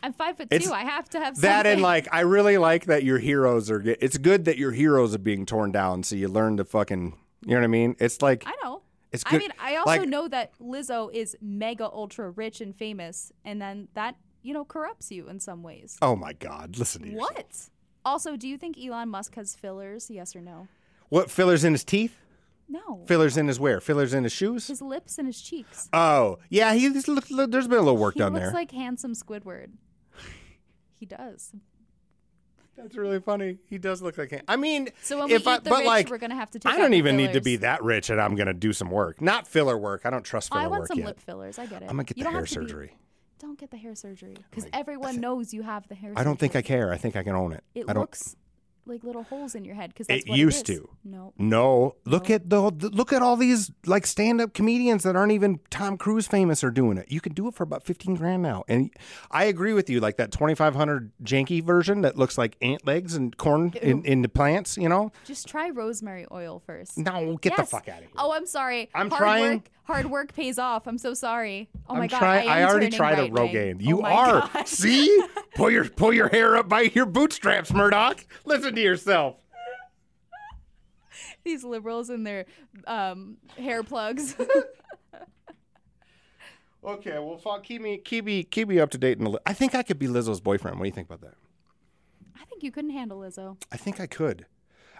Speaker 3: I'm five foot
Speaker 2: It's-
Speaker 3: two. I have to have
Speaker 2: that, and
Speaker 3: something.
Speaker 2: like I really like that your heroes are. Get, it's good that your heroes are being torn down, so you learn to fucking. You know what I mean? It's like
Speaker 3: I know.
Speaker 2: it's
Speaker 3: I
Speaker 2: good.
Speaker 3: mean, I also
Speaker 2: like-
Speaker 3: know that Lizzo is mega ultra rich and famous, and then that you know corrupts you in some ways.
Speaker 2: Oh my God! Listen to you.
Speaker 3: What? Also, do you think Elon Musk has fillers? Yes or no?
Speaker 2: What fillers in his teeth?
Speaker 3: No.
Speaker 2: Fillers in his where? Fillers in his shoes?
Speaker 3: His lips and his cheeks.
Speaker 2: Oh yeah, he just looked, look, there's been a little work
Speaker 3: he
Speaker 2: done
Speaker 3: looks
Speaker 2: there.
Speaker 3: like handsome Squidward. He does.
Speaker 2: That's really funny. He does look like him. I mean,
Speaker 3: So when we
Speaker 2: if I,
Speaker 3: eat the
Speaker 2: but
Speaker 3: rich,
Speaker 2: like,
Speaker 3: we're gonna have to take.
Speaker 2: I
Speaker 3: out
Speaker 2: don't
Speaker 3: the
Speaker 2: even need to
Speaker 3: fillers.
Speaker 2: be that rich, and I'm gonna do some work, not filler work. I don't trust
Speaker 3: Oh,
Speaker 2: filler
Speaker 3: I want
Speaker 2: work
Speaker 3: some
Speaker 2: yet.
Speaker 3: lip fillers. I get it.
Speaker 2: I'm gonna get
Speaker 3: You
Speaker 2: the
Speaker 3: don't
Speaker 2: hair
Speaker 3: have to be-
Speaker 2: surgery.
Speaker 3: don't get the hair surgery because everyone knows you have the hair.
Speaker 2: I don't think I
Speaker 3: surgery.
Speaker 2: care. I think I can own it.
Speaker 3: It
Speaker 2: I don't.
Speaker 3: looks like little holes in your head because
Speaker 2: It
Speaker 3: that's what
Speaker 2: used
Speaker 3: it is.
Speaker 2: to.
Speaker 3: No.
Speaker 2: no,
Speaker 3: Oh.
Speaker 2: look at the look at all these like stand-up comedians that aren't even Tom Cruise famous are doing it. You can do it for about fifteen grand now, and I agree with you. Like that twenty-five hundred janky version that looks like ant legs and corn in, in the plants. You know,
Speaker 3: Just try rosemary oil first.
Speaker 2: no, get the
Speaker 3: Yes.
Speaker 2: fuck out of here.
Speaker 3: Oh, I'm sorry.
Speaker 2: I'm
Speaker 3: Hard
Speaker 2: trying.
Speaker 3: Work, Hard work pays off. I'm so sorry. Oh my
Speaker 2: I'm
Speaker 3: god,
Speaker 2: try-
Speaker 3: I, am
Speaker 2: already
Speaker 3: turning
Speaker 2: tried
Speaker 3: right
Speaker 2: a
Speaker 3: way.
Speaker 2: Rogaine.
Speaker 3: Oh
Speaker 2: You
Speaker 3: my
Speaker 2: are.
Speaker 3: [laughs]
Speaker 2: [laughs]
Speaker 3: God.
Speaker 2: See? pull your pull your hair up by your bootstraps, Murdoch. Listen to yourself.
Speaker 3: These liberals and their um, hair plugs. [laughs]
Speaker 2: Okay, well, fuck, keep me keep me keep me up to date. And li- I think I could be Lizzo's boyfriend. What do you think about that?
Speaker 3: I think you couldn't handle Lizzo.
Speaker 2: I think I could.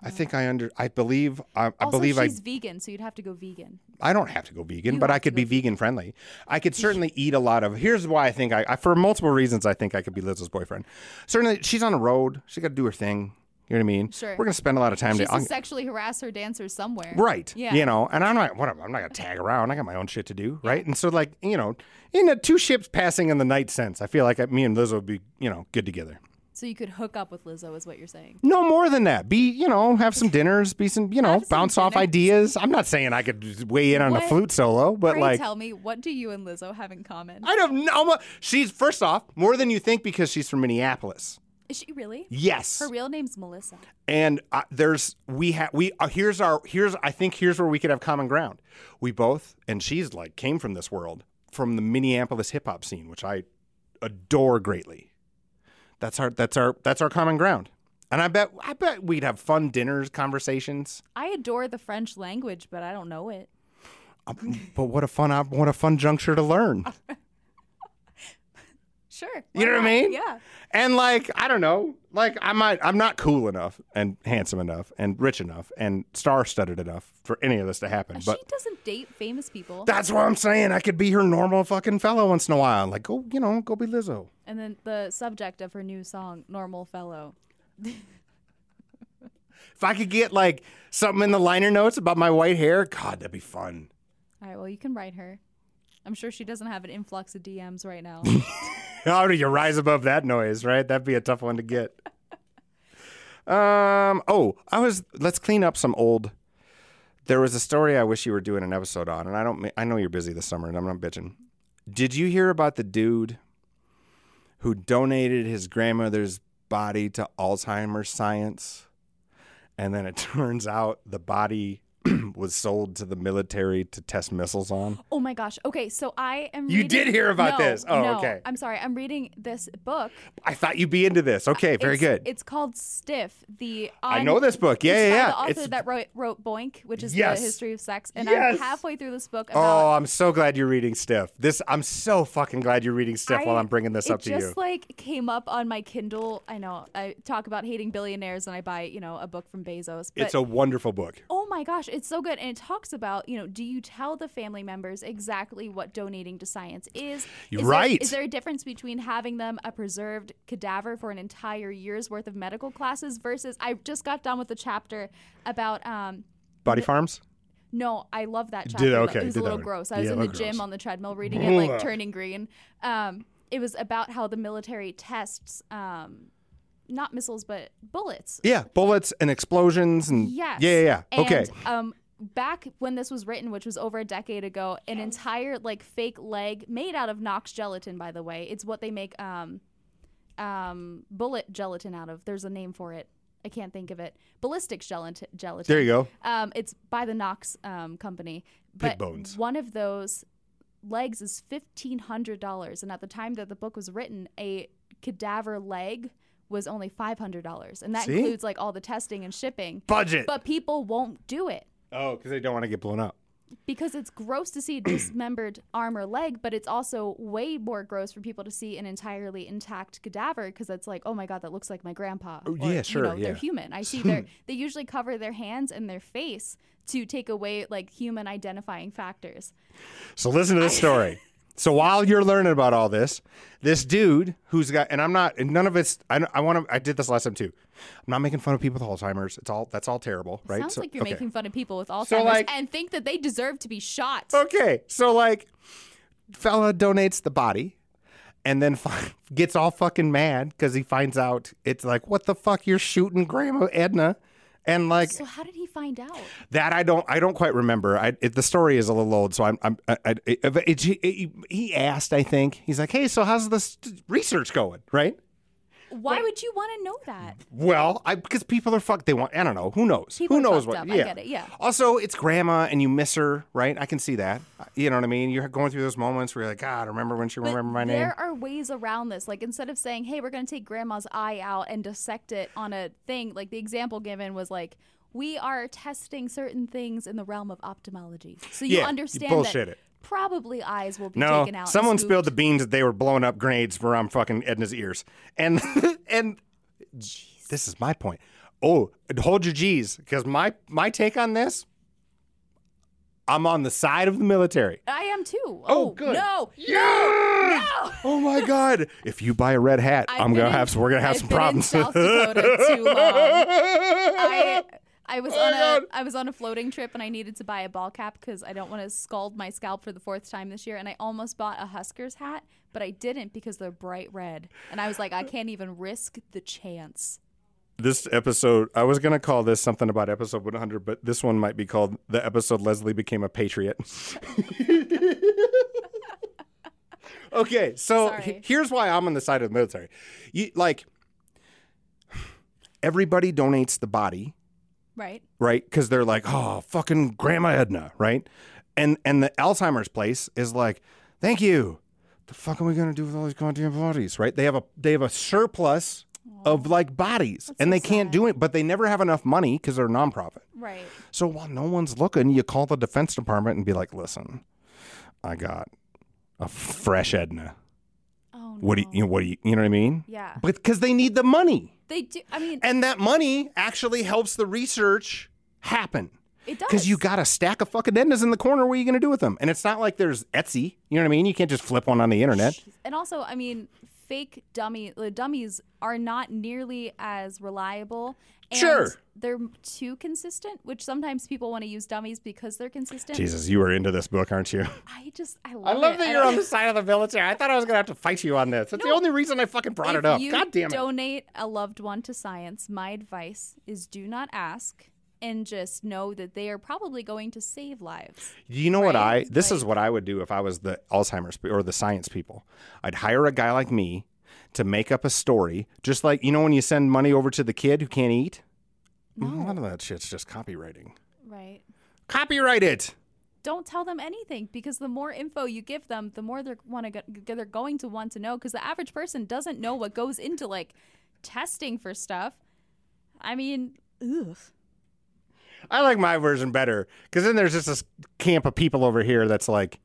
Speaker 2: I think I under. I believe. I, I
Speaker 3: also,
Speaker 2: believe I.
Speaker 3: she's vegan, so you'd have to go vegan.
Speaker 2: I don't have to go vegan,
Speaker 3: You
Speaker 2: but
Speaker 3: have
Speaker 2: I
Speaker 3: to
Speaker 2: could be
Speaker 3: go
Speaker 2: vegan friendly. I could certainly eat a lot of. Here's why I think I, I. For multiple reasons, I think I could be Lizzo's boyfriend. Certainly, she's on the road. She got to do her thing. You know what I mean?
Speaker 3: Sure.
Speaker 2: We're gonna spend a lot of time.
Speaker 3: She's
Speaker 2: to,
Speaker 3: to sexually harass her dancers somewhere.
Speaker 2: Right.
Speaker 3: Yeah.
Speaker 2: You know, and I'm not what am- I'm not gonna tag around. I got my own shit to do, right? And so like, you know, in a two ships passing in the night sense, I feel like I, me and Liz would be, you know, good together.
Speaker 3: So you could hook up with Lizzo, is what you're saying.
Speaker 2: No more than that. Be, you know, have some dinners, be some, you know,
Speaker 3: Have some
Speaker 2: bounce off
Speaker 3: dinners.
Speaker 2: ideas. I'm not saying I could weigh in on a
Speaker 3: What?
Speaker 2: flute solo, but
Speaker 3: Pray
Speaker 2: like
Speaker 3: tell me, what do you and Lizzo have in common?
Speaker 2: I don't know. She's first off, more than you think because she's from Minneapolis.
Speaker 3: Is she really?
Speaker 2: Yes.
Speaker 3: Her real name's Melissa.
Speaker 2: and uh, there's we have we uh, here's our here's I think here's where we could have common ground. We both and she's like came from this world from the Minneapolis hip hop scene, which I adore greatly. That's our that's our that's our common ground. And I bet I bet we'd have fun dinners, conversations.
Speaker 3: I adore the French language, but I don't know it.
Speaker 2: Um, but what a fun op- what a fun juncture to learn.
Speaker 3: Sure.
Speaker 2: You
Speaker 3: why
Speaker 2: know what I
Speaker 3: not?
Speaker 2: mean?
Speaker 3: Yeah.
Speaker 2: And like, I don't know, like I might, I'm not cool enough and handsome enough and rich enough and star-studded enough for any of this to happen. But
Speaker 3: she doesn't date famous people.
Speaker 2: that's what I'm saying. I could be her normal fucking fellow once in a while. Like, go, you know, go be Lizzo.
Speaker 3: and then the subject of her new song, Normal Fellow.
Speaker 2: If I could get like something in the liner notes about my white hair, God, that'd be fun.
Speaker 3: All right, well, you can write her. I'm sure she doesn't have an influx of DMs
Speaker 2: [laughs]
Speaker 3: right now.
Speaker 2: How do you rise above that noise, right? That'd be a tough one to get. Um. Oh, I was. Let's clean up some old. There was a story I wish you were doing an episode on, and I don't. ma- I know you're busy this summer, and I'm not bitching. Did you hear about the dude who donated his grandmother's body to Alzheimer's science? And then it [laughs] turns out the body [clears throat] was sold to the military to test missiles on.
Speaker 3: oh my gosh. Okay, so I am.
Speaker 2: You
Speaker 3: reading-
Speaker 2: did hear about
Speaker 3: No,
Speaker 2: this. Oh,
Speaker 3: no,
Speaker 2: okay.
Speaker 3: I'm sorry. I'm reading this book.
Speaker 2: I thought you'd be into this. Okay, very
Speaker 3: it's,
Speaker 2: good.
Speaker 3: It's called Stiff. The
Speaker 2: I
Speaker 3: on-
Speaker 2: know this book. Yeah,
Speaker 3: it's
Speaker 2: yeah,
Speaker 3: by
Speaker 2: yeah.
Speaker 3: The author
Speaker 2: It's-
Speaker 3: that wrote, wrote Boink, which is
Speaker 2: Yes.
Speaker 3: the history of sex, and
Speaker 2: Yes.
Speaker 3: I'm halfway through this book about
Speaker 2: Oh, I'm so glad you're reading Stiff. This I'm so fucking glad you're reading Stiff while
Speaker 3: I-
Speaker 2: I'm bringing this
Speaker 3: it
Speaker 2: up to
Speaker 3: just
Speaker 2: you.
Speaker 3: like came up on my Kindle. I know I talk about hating billionaires, and I buy you know a book from Bezos. But
Speaker 2: it's a wonderful book.
Speaker 3: oh my gosh, it's so good, and it talks about you know do you tell the family members exactly what donating to science is?
Speaker 2: You're
Speaker 3: Is
Speaker 2: right.
Speaker 3: There, is there a difference between having them a preserved cadaver for an entire year's worth of medical classes versus I just got done with the chapter about um.
Speaker 2: Body Farms?
Speaker 3: No, I love that chapter.
Speaker 2: Did-
Speaker 3: though.
Speaker 2: okay,
Speaker 3: it was
Speaker 2: did
Speaker 3: a
Speaker 2: that
Speaker 3: little
Speaker 2: one.
Speaker 3: gross. I was
Speaker 2: Yeah,
Speaker 3: in
Speaker 2: that
Speaker 3: the
Speaker 2: was gross.
Speaker 3: gym on the treadmill reading it, like
Speaker 2: Ugh.
Speaker 3: turning green. Um, it was about how the military tests, um, not missiles but bullets.
Speaker 2: Yeah, bullets and explosions and
Speaker 3: Yes.
Speaker 2: Yeah, yeah, yeah.
Speaker 3: And,
Speaker 2: Okay.
Speaker 3: Um, back when this was written, which was over a decade ago, an entire like fake leg made out of Knox gelatin. By the way, it's what they make um, um, bullet gelatin out of. There's a name for it. I can't think of it. Ballistic gelatin. gelatin.
Speaker 2: There you go.
Speaker 3: Um, it's by the Knox um, company.
Speaker 2: Pig
Speaker 3: But
Speaker 2: bones.
Speaker 3: One of those legs is fifteen hundred dollars, and at the time that the book was written, a cadaver leg was only five hundred dollars, and that
Speaker 2: See?
Speaker 3: includes like all the testing and shipping.
Speaker 2: Budget.
Speaker 3: But people won't do it
Speaker 2: oh, cuz they don't want to get blown up.
Speaker 3: because it's gross to see a dismembered [clears throat] arm or leg, but it's also way more gross for people to see an entirely intact cadaver because it's like, oh my god, that looks like my grandpa.
Speaker 2: Oh,
Speaker 3: Or,
Speaker 2: yeah, sure,
Speaker 3: You know,
Speaker 2: yeah.
Speaker 3: They're human.
Speaker 2: [laughs]
Speaker 3: I see they they usually cover their hands and their face to take away like human identifying factors.
Speaker 2: So listen to this
Speaker 3: [laughs]
Speaker 2: story. so while you're learning about all this, this dude who's got and I'm not and none of it's I, I want to I did this last time too. I'm not making fun of people with Alzheimer's. It's all that's all terrible, right?
Speaker 3: Sounds
Speaker 2: So-
Speaker 3: like you're
Speaker 2: okay.
Speaker 3: making fun of people with Alzheimer's
Speaker 2: like- Oh.
Speaker 3: and think that they deserve to be shot.
Speaker 2: Okay, so like, fella donates the body, and then fi- [laughs] gets all fucking mad because he finds out it's like, what the fuck, you're shooting Grandma Edna, and like
Speaker 3: So how did he
Speaker 2: [sighs]
Speaker 3: find out?
Speaker 2: that I don't I don't quite remember. I it, the story is a little old, so I'm I'm I, I, it, it, he- he asked I think he's like, hey, so how's this research going, right?
Speaker 3: Why would you want to know that?
Speaker 2: Well, I because people are fucked. They want. I don't know. Who knows?
Speaker 3: People
Speaker 2: who
Speaker 3: are
Speaker 2: knows what?
Speaker 3: fucked up.
Speaker 2: Yeah.
Speaker 3: I get it. Yeah.
Speaker 2: Also, it's grandma and you miss her, right? I can see that. You know what I mean? You're going through those moments where you're like, God, remember when she
Speaker 3: But
Speaker 2: remembered my name?
Speaker 3: There are ways around this. Like instead of saying, "Hey, we're going to take grandma's eye out and dissect it on a thing," like the example given was like, "We are testing certain things in the realm of ophthalmology." So you
Speaker 2: Yeah, you
Speaker 3: understand
Speaker 2: bullshit
Speaker 3: that
Speaker 2: it.
Speaker 3: probably eyes will be
Speaker 2: No,
Speaker 3: taken out. and
Speaker 2: someone spilled the
Speaker 3: scooped.
Speaker 2: beans that they were blowing up grenades around fucking Edna's ears, and [laughs] and this is my point. Oh, hold your G's, because my my take on this, I'm on the side of the military.
Speaker 3: I am too. Oh,
Speaker 2: good.
Speaker 3: No.
Speaker 2: Yeah!
Speaker 3: No.
Speaker 2: Oh my God! If you buy a red hat, i
Speaker 3: I've
Speaker 2: am
Speaker 3: been
Speaker 2: gonna
Speaker 3: in-
Speaker 2: have some, we're gonna have
Speaker 3: I've
Speaker 2: some
Speaker 3: been
Speaker 2: problems. [laughs]
Speaker 3: In South Dakota too long. I
Speaker 2: [laughs]
Speaker 3: I was on
Speaker 2: Oh God.
Speaker 3: a I was on a floating trip and I needed to buy a ball cap because I don't want to scald my scalp for the fourth time this year. And I almost bought a Huskers hat, but I didn't because they're bright red. And I was
Speaker 2: [laughs]
Speaker 3: like, I can't even risk the chance.
Speaker 2: this episode, I was gonna call this something about episode 100, but this one might be called the episode Leslie became a patriot. [laughs] okay, so
Speaker 3: Sorry.
Speaker 2: he- here's why I'm on the side of the military. You like everybody donates the body
Speaker 3: Right?
Speaker 2: right? Because they're like, oh, fucking Grandma Edna, right? And and the Alzheimer's place is like, thank you. The fuck are we gonna do with all these goddamn bodies, right? They have a they have a surplus of like bodies, and they can't do it, but they never have enough money because they're a nonprofit.
Speaker 3: Right.
Speaker 2: So while no one's looking, you call the Defense Department and be like, listen, I got a fresh Edna.
Speaker 3: Oh no.
Speaker 2: What do you, you know, what do you you know what I mean?
Speaker 3: Yeah.
Speaker 2: But because they need the money.
Speaker 3: They do I mean
Speaker 2: And that money actually helps the research happen. [laughs]
Speaker 3: it does.
Speaker 2: Because you got a stack of fucking endas in the corner. What are you going to do with them? And it's not like there's Etsy. You know what I mean? You can't just flip one on the internet.
Speaker 3: And also, I mean, fake dummy uh, dummies are not nearly as reliable. And
Speaker 2: Sure.
Speaker 3: They're too consistent, which sometimes people want to use dummies because they're consistent.
Speaker 2: Jesus, you were into this book, aren't
Speaker 3: [laughs]
Speaker 2: you?
Speaker 3: I just, I love
Speaker 2: I love
Speaker 3: it.
Speaker 2: that you're on
Speaker 3: don't-
Speaker 2: the side of the military. I thought I was going to have to fight you on this. That's the only reason I fucking brought
Speaker 3: if
Speaker 2: it up.
Speaker 3: you
Speaker 2: God damn it.
Speaker 3: donate a loved one to science, my advice is do not ask and just know that they are probably going to save lives.
Speaker 2: You know what I?
Speaker 3: Right,
Speaker 2: This is
Speaker 3: like-
Speaker 2: what I would do if I was the Alzheimer's pe- or the science people. I'd hire a guy like me to make up a story, just like you know when you send money over to the kid who can't eat. None of that shit's just copywriting.
Speaker 3: Right.
Speaker 2: Copyright it.
Speaker 3: don't tell them anything because the more info you give them, the more they're want to go, they're going to want to know because the average person doesn't know what goes into like testing for stuff. I mean, ugh.
Speaker 2: I like my version better because then there's just this camp of people over here that's like,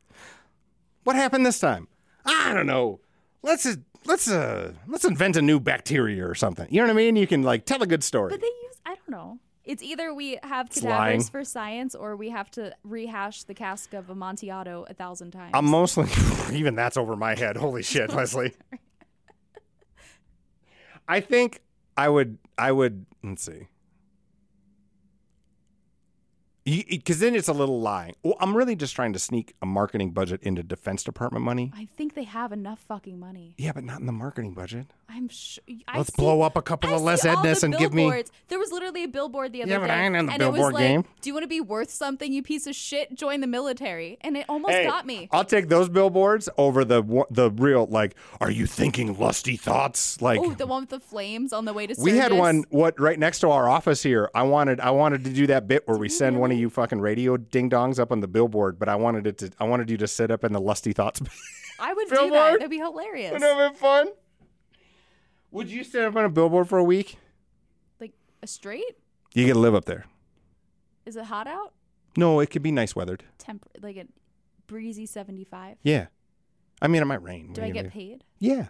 Speaker 2: "What happened this time? I don't know. Let's uh, let's uh let's invent a new bacteria or something. You know what I mean? You can like tell a good story.
Speaker 3: but they use I don't know. It's either we have
Speaker 2: lying.
Speaker 3: cadavers for science or we have to rehash the cask of Amontillado a thousand times.
Speaker 2: I'm mostly [laughs] even that's over my head. Holy shit, Leslie. I think I would I would let's see. Because then it's a little lying. Well, I'm really just trying to sneak a marketing budget into Defense Department money.
Speaker 3: I think they have enough fucking money.
Speaker 2: Yeah, but not in the marketing budget.
Speaker 3: I'm sure.
Speaker 2: Let's blow up a couple
Speaker 3: I
Speaker 2: of Les
Speaker 3: see all
Speaker 2: Ednas
Speaker 3: the
Speaker 2: and give me.
Speaker 3: billboards. There was literally a billboard the other
Speaker 2: Yeah,
Speaker 3: day,
Speaker 2: but I ain't in the
Speaker 3: and it was
Speaker 2: billboard
Speaker 3: like,
Speaker 2: game.
Speaker 3: "Do you want to be worth something, you piece of shit? Join the military." And it almost got Oh, me.
Speaker 2: I'll take those billboards over the wa- the real like. Are you thinking lusty thoughts? Like
Speaker 3: Oh, the one with the flames on the way to.
Speaker 2: We had
Speaker 3: Sturgis.
Speaker 2: one what right next to our office here. I wanted I wanted to do that bit where we send one of you fucking radio ding dongs up on the billboard, but I wanted it to I wanted you to sit up in the lusty thoughts.
Speaker 3: I would do that.
Speaker 2: Billboard?
Speaker 3: That'd
Speaker 2: [laughs]
Speaker 3: be hilarious.
Speaker 2: been fun. Would you stand up on a billboard for a week?
Speaker 3: Like a straight?
Speaker 2: You get to live up there.
Speaker 3: Is it hot out?
Speaker 2: No, it could be nice weathered.
Speaker 3: Temp like a breezy seventy-five.
Speaker 2: Yeah. I mean, it might rain.
Speaker 3: Do I get paid?
Speaker 2: Yeah.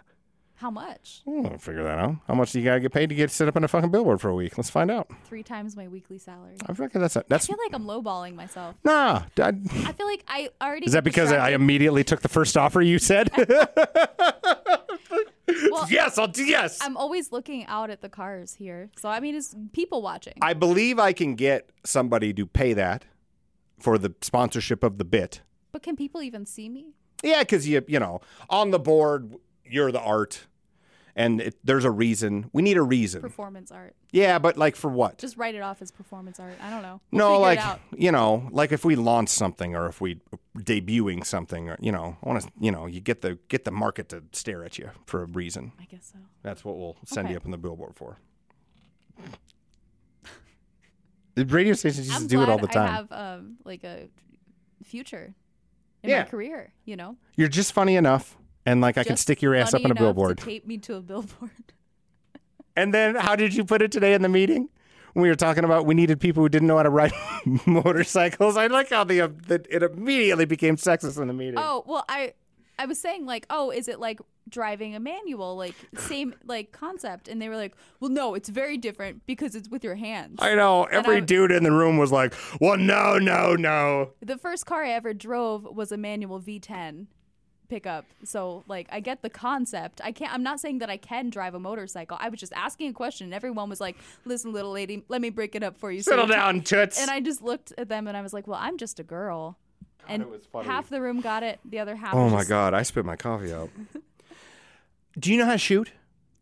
Speaker 3: How much?
Speaker 2: Ooh, I'll figure that out. How much do you gotta get paid to get to sit up on a fucking billboard for a week? Let's find out.
Speaker 3: Three times my weekly salary.
Speaker 2: I feel like that's a,
Speaker 3: I
Speaker 2: that's
Speaker 3: feel like I'm lowballing myself.
Speaker 2: nah. I-
Speaker 3: I feel like I already.
Speaker 2: Is that
Speaker 3: get
Speaker 2: because I
Speaker 3: distracted.
Speaker 2: immediately took the first offer you said?
Speaker 3: Well,
Speaker 2: [laughs] yes, I'll do yes. i
Speaker 3: I'm always looking out at the cars here, so I mean, it's people watching.
Speaker 2: believe I can get somebody to pay that for the sponsorship of the bit.
Speaker 3: But can people even see me?
Speaker 2: Yeah, because you you know on the board you're the art, and it, there's a reason. We need a reason.
Speaker 3: Performance art.
Speaker 2: yeah, but like for what?
Speaker 3: Just write it off as performance art. I don't know. We'll
Speaker 2: no,
Speaker 3: figure it
Speaker 2: like
Speaker 3: out.
Speaker 2: you know, like if we launch something or if we debuting something or you know, I want to you know, you get the get the market to stare at you for a reason.
Speaker 3: I guess so.
Speaker 2: That's what we'll send
Speaker 3: Okay.
Speaker 2: you up on the billboard for. The radio stations used
Speaker 3: I'm
Speaker 2: to do it all the
Speaker 3: glad
Speaker 2: time.
Speaker 3: I have um, like a future in
Speaker 2: Yeah.
Speaker 3: my career. You know,
Speaker 2: You're just funny enough, and like I can
Speaker 3: Just
Speaker 2: stick your ass up
Speaker 3: funny
Speaker 2: on a
Speaker 3: enough to
Speaker 2: billboard.
Speaker 3: tape me to
Speaker 2: [laughs]
Speaker 3: a billboard.
Speaker 2: And then how did you put it today in the meeting? We were talking about we needed people who didn't know how to ride [laughs] motorcycles. I like how the, the it immediately became sexist in the meeting.
Speaker 3: Oh well, I I was saying like, oh, is it like driving a manual, like same like concept? And they were like, well, no, it's very different because it's with your hands.
Speaker 2: I know. Every
Speaker 3: I-
Speaker 2: dude in the room was like, "Well, no, no, no."
Speaker 3: the first car I ever drove was a manual V10 pickup. So like, I get the concept. I can't. I'm not saying that I can drive a motorcycle. I was just asking a question, and everyone was like, listen, little lady, let me break it up for you. so
Speaker 2: Settle
Speaker 3: you can-
Speaker 2: down, toots.
Speaker 3: And I just looked at them, and I was like, well, I'm just a girl. And
Speaker 2: it was funny.
Speaker 3: half the room got it. The other half.
Speaker 2: oh
Speaker 3: was
Speaker 2: my
Speaker 3: just-
Speaker 2: god, I spit my coffee out. [laughs] Do you know how to shoot?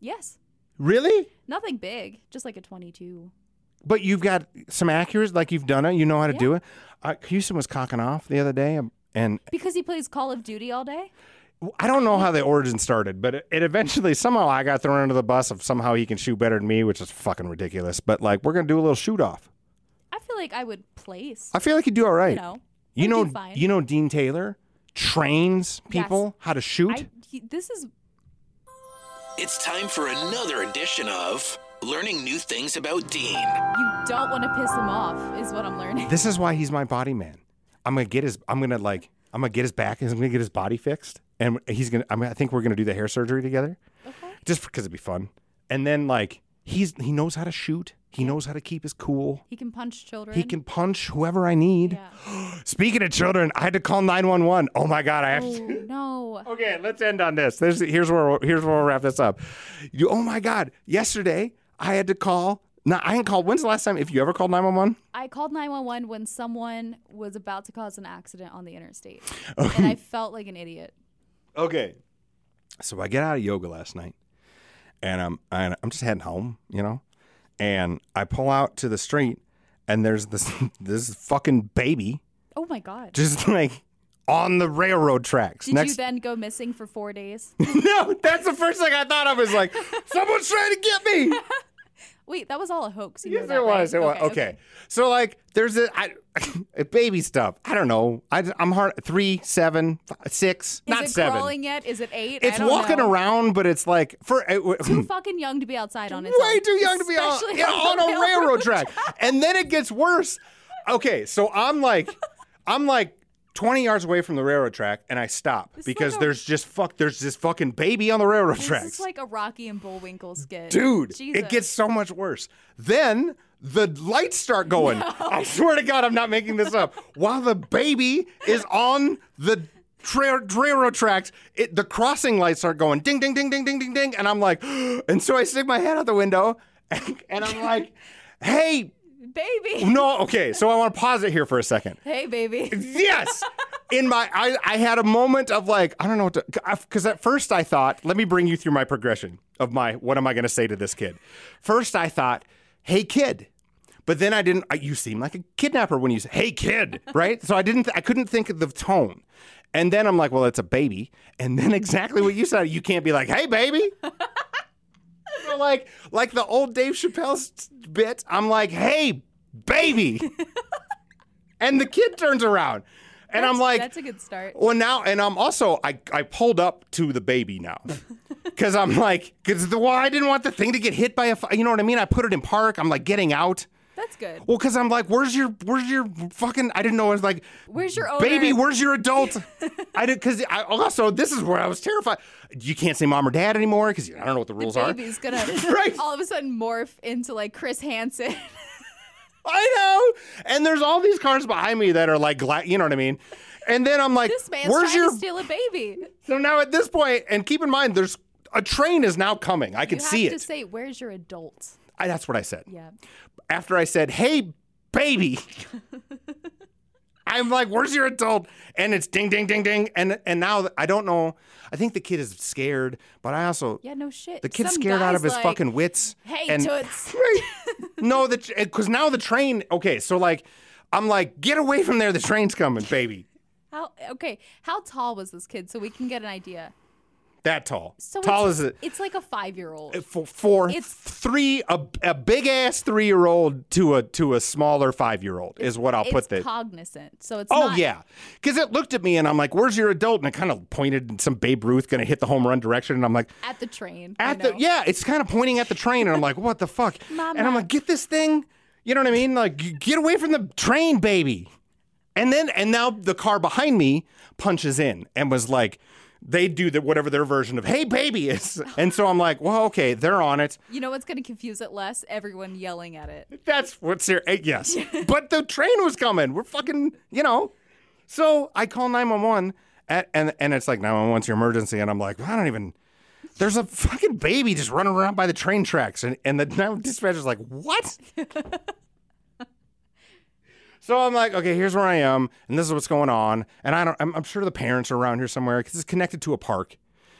Speaker 3: Yes.
Speaker 2: Really?
Speaker 3: Nothing big, just like a 22.
Speaker 2: But you've got some accuracy, like you've done it. You know how to do it. Uh, Houston was cocking off the other day, um, and
Speaker 3: Because he plays Call of Duty all day?
Speaker 2: I don't know how the origin started, but it, it eventually somehow I got thrown under the bus of somehow he can shoot better than me, which is fucking ridiculous. But like, we're gonna do a little shoot off.
Speaker 3: I feel like I would place.
Speaker 2: I feel like you do all right.
Speaker 3: You know,
Speaker 2: you
Speaker 3: I do
Speaker 2: know,
Speaker 3: fine.
Speaker 2: you know Dean Taylor trains people how to shoot.
Speaker 3: I, he, this is
Speaker 4: It's time for another edition of Learning New Things About Dean.
Speaker 3: you don't want to piss him off, is what I'm learning.
Speaker 2: This is why he's my body man. I'm gonna get his. I'm gonna like. I'm gonna get his back. I'm gonna get his body fixed, and he's gonna. I'm, I think we're gonna do the hair surgery together,
Speaker 3: Okay.
Speaker 2: just because it'd be fun. And then like he's he knows how to shoot. He knows how to keep his cool.
Speaker 3: He can punch children.
Speaker 2: He can punch whoever I need.
Speaker 3: Yeah.
Speaker 2: Speaking of children, I had to call 911. Oh my god, I [laughs] have
Speaker 3: Oh
Speaker 2: to
Speaker 3: no.
Speaker 2: [laughs] Okay, let's end on this. There's, here's where we'll, here's where we'll wrap this up. You, oh my god, yesterday I had to call no, I didn't call. When's the last time if you ever called 911?
Speaker 3: I called 911 when someone was about to cause an accident on the interstate,
Speaker 2: Oh.
Speaker 3: and I felt like an idiot.
Speaker 2: Okay. So I get out of yoga last night, and I'm and I'm just heading home, you know, and I pull out to the street, and there's this [laughs] this fucking baby
Speaker 3: Oh my god.
Speaker 2: just like on the railroad tracks
Speaker 3: Did
Speaker 2: next
Speaker 3: you then go missing for four days?
Speaker 2: [laughs] No, that's the first thing I thought of is
Speaker 3: [laughs]
Speaker 2: like, someone's trying to get me.
Speaker 3: Wait, that was all a hoax. You know
Speaker 2: yes,
Speaker 3: that,
Speaker 2: it was.
Speaker 3: right?
Speaker 2: It was. Okay. So, like, there's a, I, [laughs] baby stuff. I don't know. I, am hard. Three, seven, fi- six,
Speaker 3: Is
Speaker 2: not
Speaker 3: it
Speaker 2: seven.
Speaker 3: crawling yet? Is it eight? I
Speaker 2: It's
Speaker 3: don't
Speaker 2: walking
Speaker 3: know.
Speaker 2: around, but it's like, for. It, [laughs]
Speaker 3: Too fucking young to be outside on its own.
Speaker 2: way too young to be on, [laughs]
Speaker 3: Especially
Speaker 2: yeah, on
Speaker 3: the
Speaker 2: a railroad track.
Speaker 3: [laughs]
Speaker 2: And then it gets worse. Okay, so I'm like, I'm like 20 yards away from the railroad track, and I stop because
Speaker 3: like a-
Speaker 2: there's just fuck, there's this fucking baby on the railroad tracks.
Speaker 3: This is like a Rocky and Bullwinkle skit.
Speaker 2: Dude,
Speaker 3: Jesus.
Speaker 2: it gets so much worse. Then the lights start going. I swear to God, I'm not making this up. While the baby is on the tra- railroad tracks, it, the crossing lights start going ding, ding, ding, ding, ding, ding, ding. And I'm like, [gasps] and so I stick my head out the window [laughs] and, and I'm like, hey, [laughs]
Speaker 3: baby.
Speaker 2: no, okay. So I want to pause it here for a second.
Speaker 3: Hey, baby.
Speaker 2: Yes. In my, I, I had a moment of like, I don't know what to, because at first I thought, let me bring you through my progression of my, what am I going to say to this kid? First I thought, hey, kid. But then I didn't, I, you seem like a kidnapper when you say, hey, kid, right? So I didn't, I couldn't think of the tone. And then I'm like, well, it's a baby. And then [laughs] exactly what you said, you can't be like, hey, baby. So like, like the old Dave Chappelle's bit, I'm like, hey,
Speaker 3: [laughs]
Speaker 2: baby. and the kid turns around. And I'm like,
Speaker 3: That's a good start.
Speaker 2: well, now, and I'm also, I, I pulled up to the baby
Speaker 3: [laughs]
Speaker 2: now. Cause I'm like, cause the, well, I didn't want the thing to get hit by a, fi- you know what I mean? I put it in park. I'm like getting out.
Speaker 3: That's good.
Speaker 2: Well, cause I'm like, where's your, where's your fucking, I didn't know. I was like,
Speaker 3: Where's your owner?
Speaker 2: baby, where's your
Speaker 3: [laughs]
Speaker 2: adult? I did, cause I also, this is where I was terrified. You can't say mom or dad anymore. Cause you- I don't know what the rules are.
Speaker 3: Baby's gonna
Speaker 2: [laughs]
Speaker 3: [laughs]
Speaker 2: Right.
Speaker 3: all of a sudden morph into like Chris Hansen. [laughs]
Speaker 2: I know. And there's all these cars behind me that are like, gla- you know what I mean? And then I'm like,
Speaker 3: this man's
Speaker 2: where's
Speaker 3: trying
Speaker 2: your
Speaker 3: to steal a baby.
Speaker 2: So now at this point, and keep in mind, there's a train is now coming. I
Speaker 3: You
Speaker 2: can
Speaker 3: have
Speaker 2: see
Speaker 3: to
Speaker 2: it.
Speaker 3: say, "Where's your adult?"
Speaker 2: I, that's what I said.
Speaker 3: Yeah.
Speaker 2: After I said, "Hey, baby," I'm like, where's your adult? And it's ding, ding, ding, ding. And and now I don't know. I think the kid is scared, but I also
Speaker 3: Yeah, no shit.
Speaker 2: the kid's
Speaker 3: Some
Speaker 2: scared out of
Speaker 3: guy's
Speaker 2: his
Speaker 3: like,
Speaker 2: fucking wits.
Speaker 3: Hey,
Speaker 2: and,
Speaker 3: toots.
Speaker 2: [laughs] no, the because now the train. Okay, so like, I'm like, get away from there. The train's coming, baby.
Speaker 3: [laughs] How okay? How tall was this kid so we can get an idea?
Speaker 2: That tall.
Speaker 3: So
Speaker 2: tall
Speaker 3: it's,
Speaker 2: as a
Speaker 3: It's like a five year old.
Speaker 2: for, for
Speaker 3: It's-
Speaker 2: three a, a big ass three year old to a to a smaller five year old is what I'll
Speaker 3: It's
Speaker 2: put that.
Speaker 3: cognizant, so it's
Speaker 2: Oh
Speaker 3: not,
Speaker 2: yeah, because it looked at me and I'm like, "Where's your adult?" And it kind of pointed in some Babe Ruth going to hit the home run direction, and I'm like,
Speaker 3: at the train. I
Speaker 2: "At the
Speaker 3: know.
Speaker 2: yeah," it's kind of pointing at the train, and I'm like, "What the fuck?" And I'm
Speaker 3: [laughs] Mama.
Speaker 2: like, "Get this thing," you know what I mean? Like, "G- get away from the train, baby. And then and now the car behind me punches in and was like, they do the, whatever their version of "Hey, baby"
Speaker 3: [laughs]
Speaker 2: is, and so I'm like, "Well, okay, they're on it."
Speaker 3: You know what's going to confuse it less? Everyone yelling at it.
Speaker 2: That's what's here. eh,
Speaker 3: [laughs]
Speaker 2: Yes. but the train was coming. We're fucking, you know. So I call 911 at, and, and it's like 911's your emergency. And I'm like, well, I don't even, there's a fucking baby just running around by the train tracks. And, and the now dispatcher's like, what? [laughs] so I'm like, okay, here's where I am. And this is what's going on. And I don't, I'm, I'm sure the parents are around here somewhere because it's connected to a park.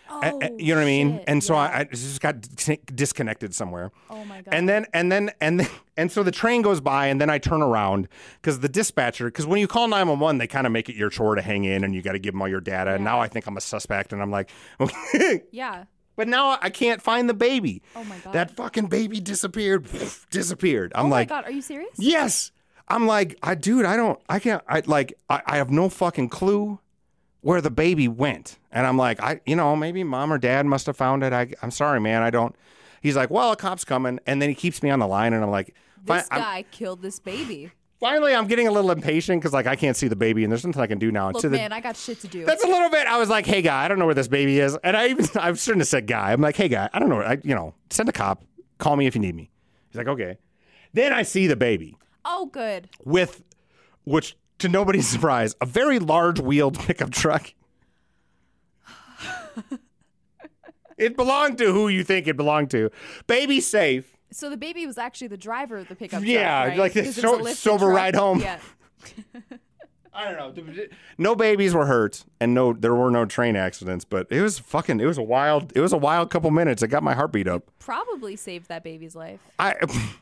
Speaker 3: Oh,
Speaker 2: A- a- you know what I mean?
Speaker 3: shit,
Speaker 2: And so
Speaker 3: yeah.
Speaker 2: I, I just got dis- disconnected somewhere.
Speaker 3: Oh my god.
Speaker 2: And then and then and then, [laughs] and so the train goes by and then I turn around because the dispatcher because when you call 911 they kind of make it your chore to hang in and you got to give them all your data and now I think I'm a suspect and I'm like okay [laughs]
Speaker 3: yeah.
Speaker 2: but now I can't find the baby.
Speaker 3: Oh my god.
Speaker 2: That fucking baby disappeared [laughs] disappeared. I'm
Speaker 3: oh
Speaker 2: like
Speaker 3: my god. Are you serious?
Speaker 2: yes. I'm like I dude I don't I can't I like I, I have no fucking clue where the baby went. And I'm like, I, you know, maybe mom or dad must have found it. I, I'm sorry, man. I don't. He's like, well, a cop's coming. And then he keeps me on the line. And I'm like, fi-
Speaker 3: This
Speaker 2: I'm-
Speaker 3: guy killed this baby.
Speaker 2: finally, I'm getting a little impatient because, like, I can't see the baby and there's nothing I can do now. And
Speaker 3: Look,
Speaker 2: to the-
Speaker 3: man, I got shit to do.
Speaker 2: that's a little bit. I was like, hey, guy, I don't know where this baby is. And I even, [laughs] I shouldn't have said guy. I'm like, hey, guy, I don't know. I, you know, send a cop. Call me if you need me. He's like, okay. Then I see the baby
Speaker 3: oh, good.
Speaker 2: with, which to nobody's [laughs] surprise, a very large wheeled pickup truck. it belonged to who you think it belonged to. Baby safe.
Speaker 3: So the baby was actually the driver of the pickup
Speaker 2: Yeah,
Speaker 3: truck. right?
Speaker 2: like this
Speaker 3: 'Cause it
Speaker 2: so-
Speaker 3: was a lifted
Speaker 2: sober
Speaker 3: truck.
Speaker 2: ride home.
Speaker 3: Yeah.
Speaker 2: I don't know. No babies were hurt, and no, there were no train accidents. But it was fucking. It was a wild. It was a wild couple minutes. It got my heartbeat up.
Speaker 3: Probably saved that baby's life.
Speaker 2: I. [laughs]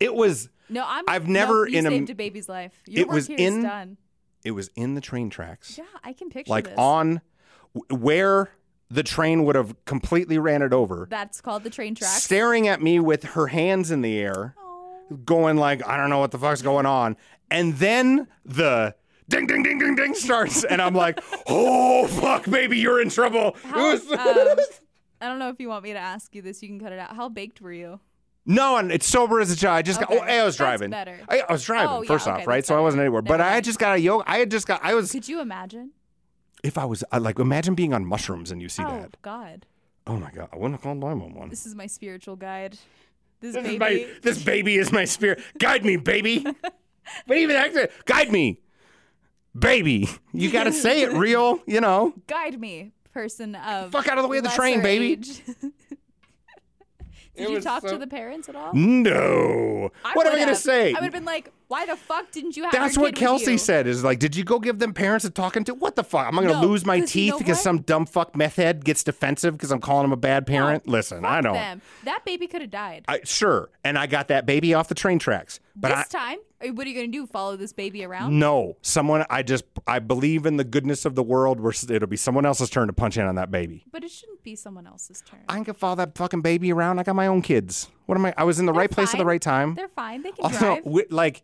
Speaker 2: It was.
Speaker 3: No, I'm.
Speaker 2: I've
Speaker 3: no,
Speaker 2: never
Speaker 3: you
Speaker 2: in a-
Speaker 3: saved a baby's life. Your
Speaker 2: It
Speaker 3: work
Speaker 2: was
Speaker 3: here is
Speaker 2: in-
Speaker 3: done.
Speaker 2: It was in the train tracks,
Speaker 3: Yeah, I can picture
Speaker 2: like
Speaker 3: this.
Speaker 2: on w- where the train would have completely ran it over.
Speaker 3: That's called the train track.
Speaker 2: staring at me with her hands in the air, going like, I don't know what the fuck's going on. And then the ding, ding, ding, ding, ding starts. And I'm like, [laughs] oh, fuck, baby, you're in trouble. It
Speaker 3: How,
Speaker 2: was-
Speaker 3: um, I don't know if you want me to ask you this. You can cut it out. How baked were you?
Speaker 2: [laughs] no, and it's sober as a child. I just
Speaker 3: Okay.
Speaker 2: got, oh, I was
Speaker 3: That's
Speaker 2: driving.
Speaker 3: better.
Speaker 2: I, I was driving,
Speaker 3: Oh, yeah,
Speaker 2: first
Speaker 3: okay,
Speaker 2: off, right?
Speaker 3: that's
Speaker 2: So I
Speaker 3: better.
Speaker 2: wasn't anywhere.
Speaker 3: Never
Speaker 2: But I had
Speaker 3: mind.
Speaker 2: just got a yoke. I had just got, I was,
Speaker 3: Could you imagine?
Speaker 2: if I was, I, like, imagine being on mushrooms and you see
Speaker 3: Oh
Speaker 2: that.
Speaker 3: God,
Speaker 2: Oh my God. I wouldn't have called 911.
Speaker 3: this is my spiritual guide. This,
Speaker 2: This
Speaker 3: baby.
Speaker 2: is my this baby is my spirit. Guide me,
Speaker 3: [laughs]
Speaker 2: baby. but even actually, guide me, baby. You gotta say it real, you know.
Speaker 3: guide me, person of
Speaker 2: Fuck out of the way of the train,
Speaker 3: lesser
Speaker 2: baby.
Speaker 3: age. [laughs] Did you talk to the parents at all?
Speaker 2: No. what am I
Speaker 3: would
Speaker 2: gonna
Speaker 3: have.
Speaker 2: say?
Speaker 3: I would have been like, "Why the fuck didn't you have?"
Speaker 2: That's
Speaker 3: your
Speaker 2: what
Speaker 3: kid with
Speaker 2: Kelsey
Speaker 3: you?
Speaker 2: said. Is like, did you go give them parents a talking to? What the fuck? Am I gonna
Speaker 3: No,
Speaker 2: lose my
Speaker 3: 'cause you
Speaker 2: teeth
Speaker 3: know
Speaker 2: because
Speaker 3: what?
Speaker 2: some dumb fuck meth head gets defensive because I'm calling him a bad parent? Listen, I
Speaker 3: Fuck
Speaker 2: don't.
Speaker 3: them. That baby could have died.
Speaker 2: I, sure, and I got that baby off the train tracks, but I, Mm.
Speaker 3: this time, uh, what are you gonna do? Follow this baby around?
Speaker 2: No, someone. I just I believe in the goodness of the world. Where s- it'll be someone else's turn to punch in on that baby.
Speaker 3: But it shouldn't be someone else's turn.
Speaker 2: I can follow that fucking baby around. I got my own kids. What am I? I was in the right place at the
Speaker 3: fine.
Speaker 2: right time.
Speaker 3: They're fine. They
Speaker 2: [laughs]
Speaker 3: can
Speaker 2: also,
Speaker 3: drive.
Speaker 2: wi- like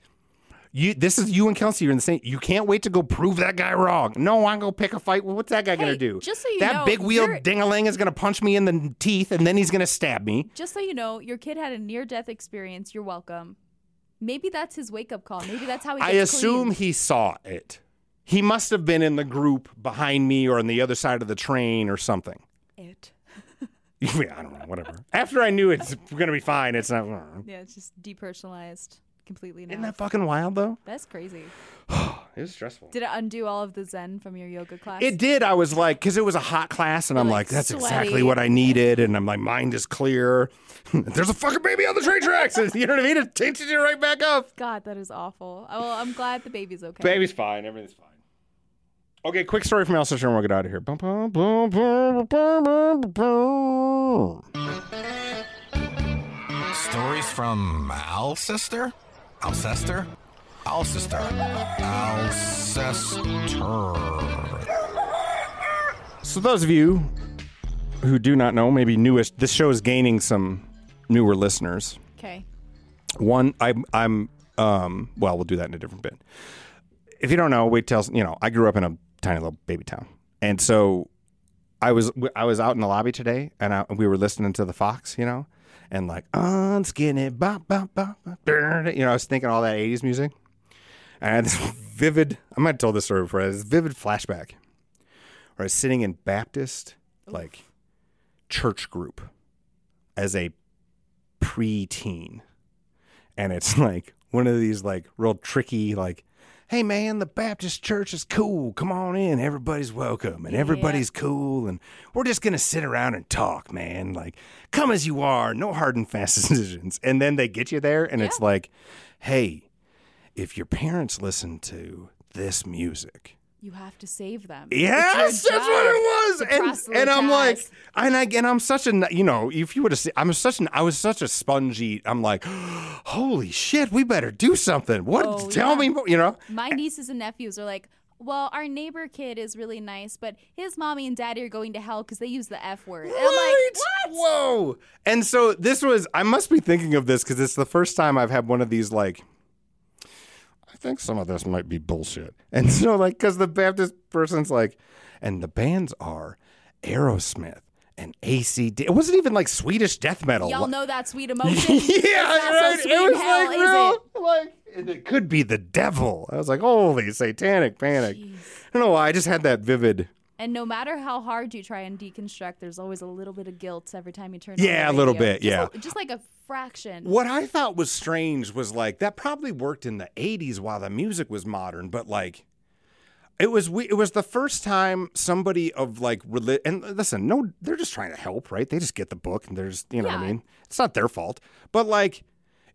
Speaker 2: you, this is you and Kelsey. You're in the same. You can't wait to go prove that guy wrong. No, I'm gonna pick a fight. Well, what's that guy gonna
Speaker 3: Hey,
Speaker 2: do?
Speaker 3: just so you
Speaker 2: that
Speaker 3: know,
Speaker 2: big
Speaker 3: you're-
Speaker 2: wheeled ding-a-ling is gonna punch me in the teeth, and then he's gonna stab me.
Speaker 3: Just so you know, your kid had a near-death experience. You're welcome. Maybe that's his wake-up call. Maybe that's how Oh, he.
Speaker 2: I
Speaker 3: gets
Speaker 2: assume
Speaker 3: clean.
Speaker 2: he saw it. He must have been in the group behind me or on the other side of the train or something. [laughs]
Speaker 3: it.
Speaker 2: Yeah, I don't know, whatever. After I knew it's gonna be fine, it's
Speaker 3: [laughs]
Speaker 2: not.
Speaker 3: Yeah, it's just depersonalized completely now.
Speaker 2: Isn't that fucking wild though?
Speaker 3: That's crazy.
Speaker 2: It It was stressful.
Speaker 3: Did it undo all of the zen from your yoga class?
Speaker 2: It did. I was like, because it was a hot class, and I'm
Speaker 3: Like,
Speaker 2: like, that's exactly
Speaker 3: sweaty.
Speaker 2: what I needed. And I'm like, mind is clear. [laughs] There's a fucking baby on the train tracks. [laughs] you know what I mean? It takes you right back up.
Speaker 3: God, that is awful. Oh, well, I'm glad the baby's okay.
Speaker 2: Baby's fine. Everything's fine. Okay, quick story from Elsa, and we'll get out of here. Bum, bum, bum, bum, bum, bum, bum.
Speaker 1: Stories from Alcester? Alcester? Alcester. Alcester.
Speaker 2: So, those of you who do not know, maybe newest, this show is gaining some newer listeners.
Speaker 3: Okay.
Speaker 2: One, I'm, I'm, um, well, we'll do that in a different bit. If you don't know, wait till you know. I grew up in a tiny little baby town, and so I was I was out in the lobby today, and I, we were listening to the Fox, you know, and like unskin it, bop bop bop, bop burn it," you know, I was thinking all that '80s music, and I had this [laughs] vivid. I might have told this story before. I had This vivid flashback, where I was sitting in Baptist like church group as a preteen and it's [laughs] like one of these like real tricky like hey man the baptist church is cool come on in everybody's welcome and everybody's cool and we're just gonna sit around and talk man like come as you are no hard and fast [laughs] decisions and then they get you there and it's like hey if your parents listen to this music
Speaker 3: You have to save them. It's your
Speaker 2: Yes, that's what
Speaker 3: job to
Speaker 2: it was. And, and I'm like,
Speaker 3: proselytize.
Speaker 2: and I and I'm such a you know, if you would have seen, I'm such an I was such a spongy. I'm like, [gasps] holy shit, we better do something. What?
Speaker 3: Oh,
Speaker 2: Tell
Speaker 3: yeah.
Speaker 2: me more. You know,
Speaker 3: my nieces and nephews are like, well, our neighbor kid is really nice, but his mommy and daddy are going to hell because they use the F word. And I'm like, what?
Speaker 2: Whoa! And so this was. I must be thinking of this because it's the first time I've had one of these like. I think some of this might be bullshit. And so like, because the Baptist person's like, and the bands are Aerosmith and ACD. It wasn't even like Swedish death metal.
Speaker 3: Y'all
Speaker 2: Like-
Speaker 3: know
Speaker 2: [laughs]
Speaker 3: that sweet emotion.
Speaker 2: yeah,
Speaker 3: not so
Speaker 2: right.
Speaker 3: sweet
Speaker 2: it
Speaker 3: in
Speaker 2: was
Speaker 3: hell,
Speaker 2: like
Speaker 3: is
Speaker 2: real, like and it could be the devil. I was like, holy satanic panic. I don't know why. I just had that vivid.
Speaker 3: And no matter how hard you try and deconstruct, there's always a little bit of guilt every time you turn. on
Speaker 2: Yeah, a
Speaker 3: the
Speaker 2: little
Speaker 3: radio.
Speaker 2: bit,
Speaker 3: Just
Speaker 2: yeah.
Speaker 3: a- just like a fraction.
Speaker 2: What I thought was strange was like that probably worked in the '80s while the music was modern, but like. It was we, it was the first time somebody of like reli- and listen no they're just trying to help right they just get the book and there's you know what I
Speaker 3: Yeah.
Speaker 2: mean it's not their fault but like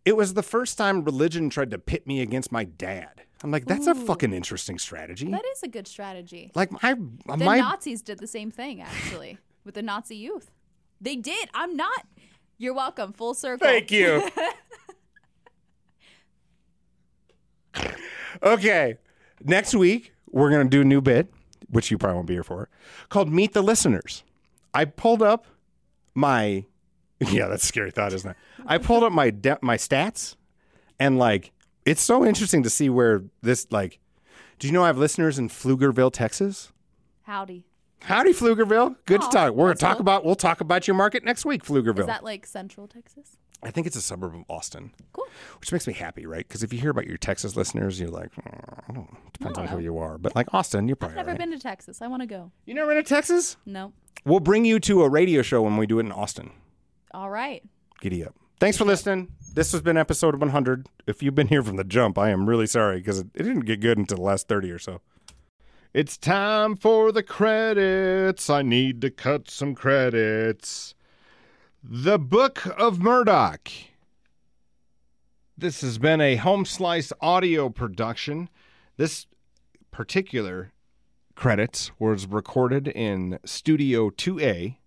Speaker 2: it was the first time religion tried to pit me against my dad I'm like that's a fucking interesting strategy
Speaker 3: That is a good strategy.
Speaker 2: Like my
Speaker 3: The
Speaker 2: my [laughs]
Speaker 3: Nazis did the same thing, actually, with the Nazi youth. They did. I'm not. You're welcome. Full circle.
Speaker 2: you. [laughs] okay, next week we're gonna do a new bit, which you probably won't be here for, called "Meet the Listeners." I pulled up my [laughs] yeah, that's a scary thought, isn't it? I pulled up my de- my stats, and like it's so interesting to see where this like. Do you know I have listeners in Pflugerville, Texas?
Speaker 3: Howdy.
Speaker 2: Howdy, Pflugerville. Good
Speaker 3: Aw,
Speaker 2: to talk. We're gonna
Speaker 3: that's
Speaker 2: talk
Speaker 3: cool.
Speaker 2: about. We'll talk about your market next week, Pflugerville.
Speaker 3: Is that like Central Texas?
Speaker 2: I think it's a suburb of Austin,
Speaker 3: Cool.
Speaker 2: which makes me happy, right? Because if you hear about your Texas listeners, you're like, "Oh, I don't know. Depends on who you are. But like Austin, you're probably.
Speaker 3: Never
Speaker 2: right.
Speaker 3: been to Texas. I want to go.
Speaker 2: You never been to Texas?
Speaker 3: No.
Speaker 2: We'll bring you to a radio show when we do it in Austin.
Speaker 3: All right.
Speaker 2: Giddy up. Thanks for listening. This has been episode 100. If you've been here from the jump, I am really sorry because it, it didn't get good until the last 30 or so. It's time for the credits. I need to cut some credits. The Book of Murdoch. This has been a Home Slice audio production. This particular credits was recorded in Studio 2A.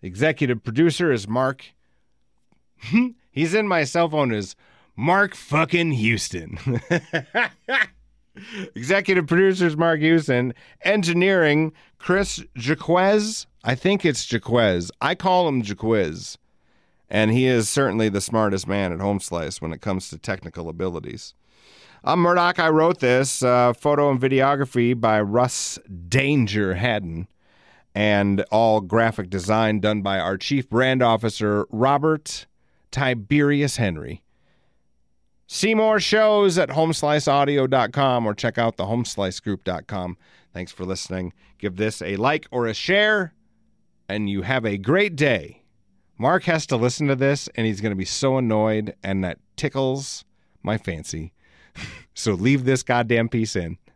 Speaker 2: The executive producer is Mark He's in my cell phone as Mark fucking Houston. [laughs] Executive producers Mark Houston, engineering Chris Jaquez. I think it's Jaquez. I call him Jaquez. And he is certainly the smartest man at Home Slice when it comes to technical abilities. I'm Murdoch. I wrote this uh, photo and videography by Russ Danger Haddon and all graphic design done by our chief brand officer, Robert Tiberius Henry. See more shows at homesliceaudio.com or check out the homeslicegroup.com. Thanks for listening. Give this a like or a share, and you have a great day. Mark has to listen to this, and he's going to be so [laughs] annoyed, and that tickles my fancy. so leave this goddamn piece in.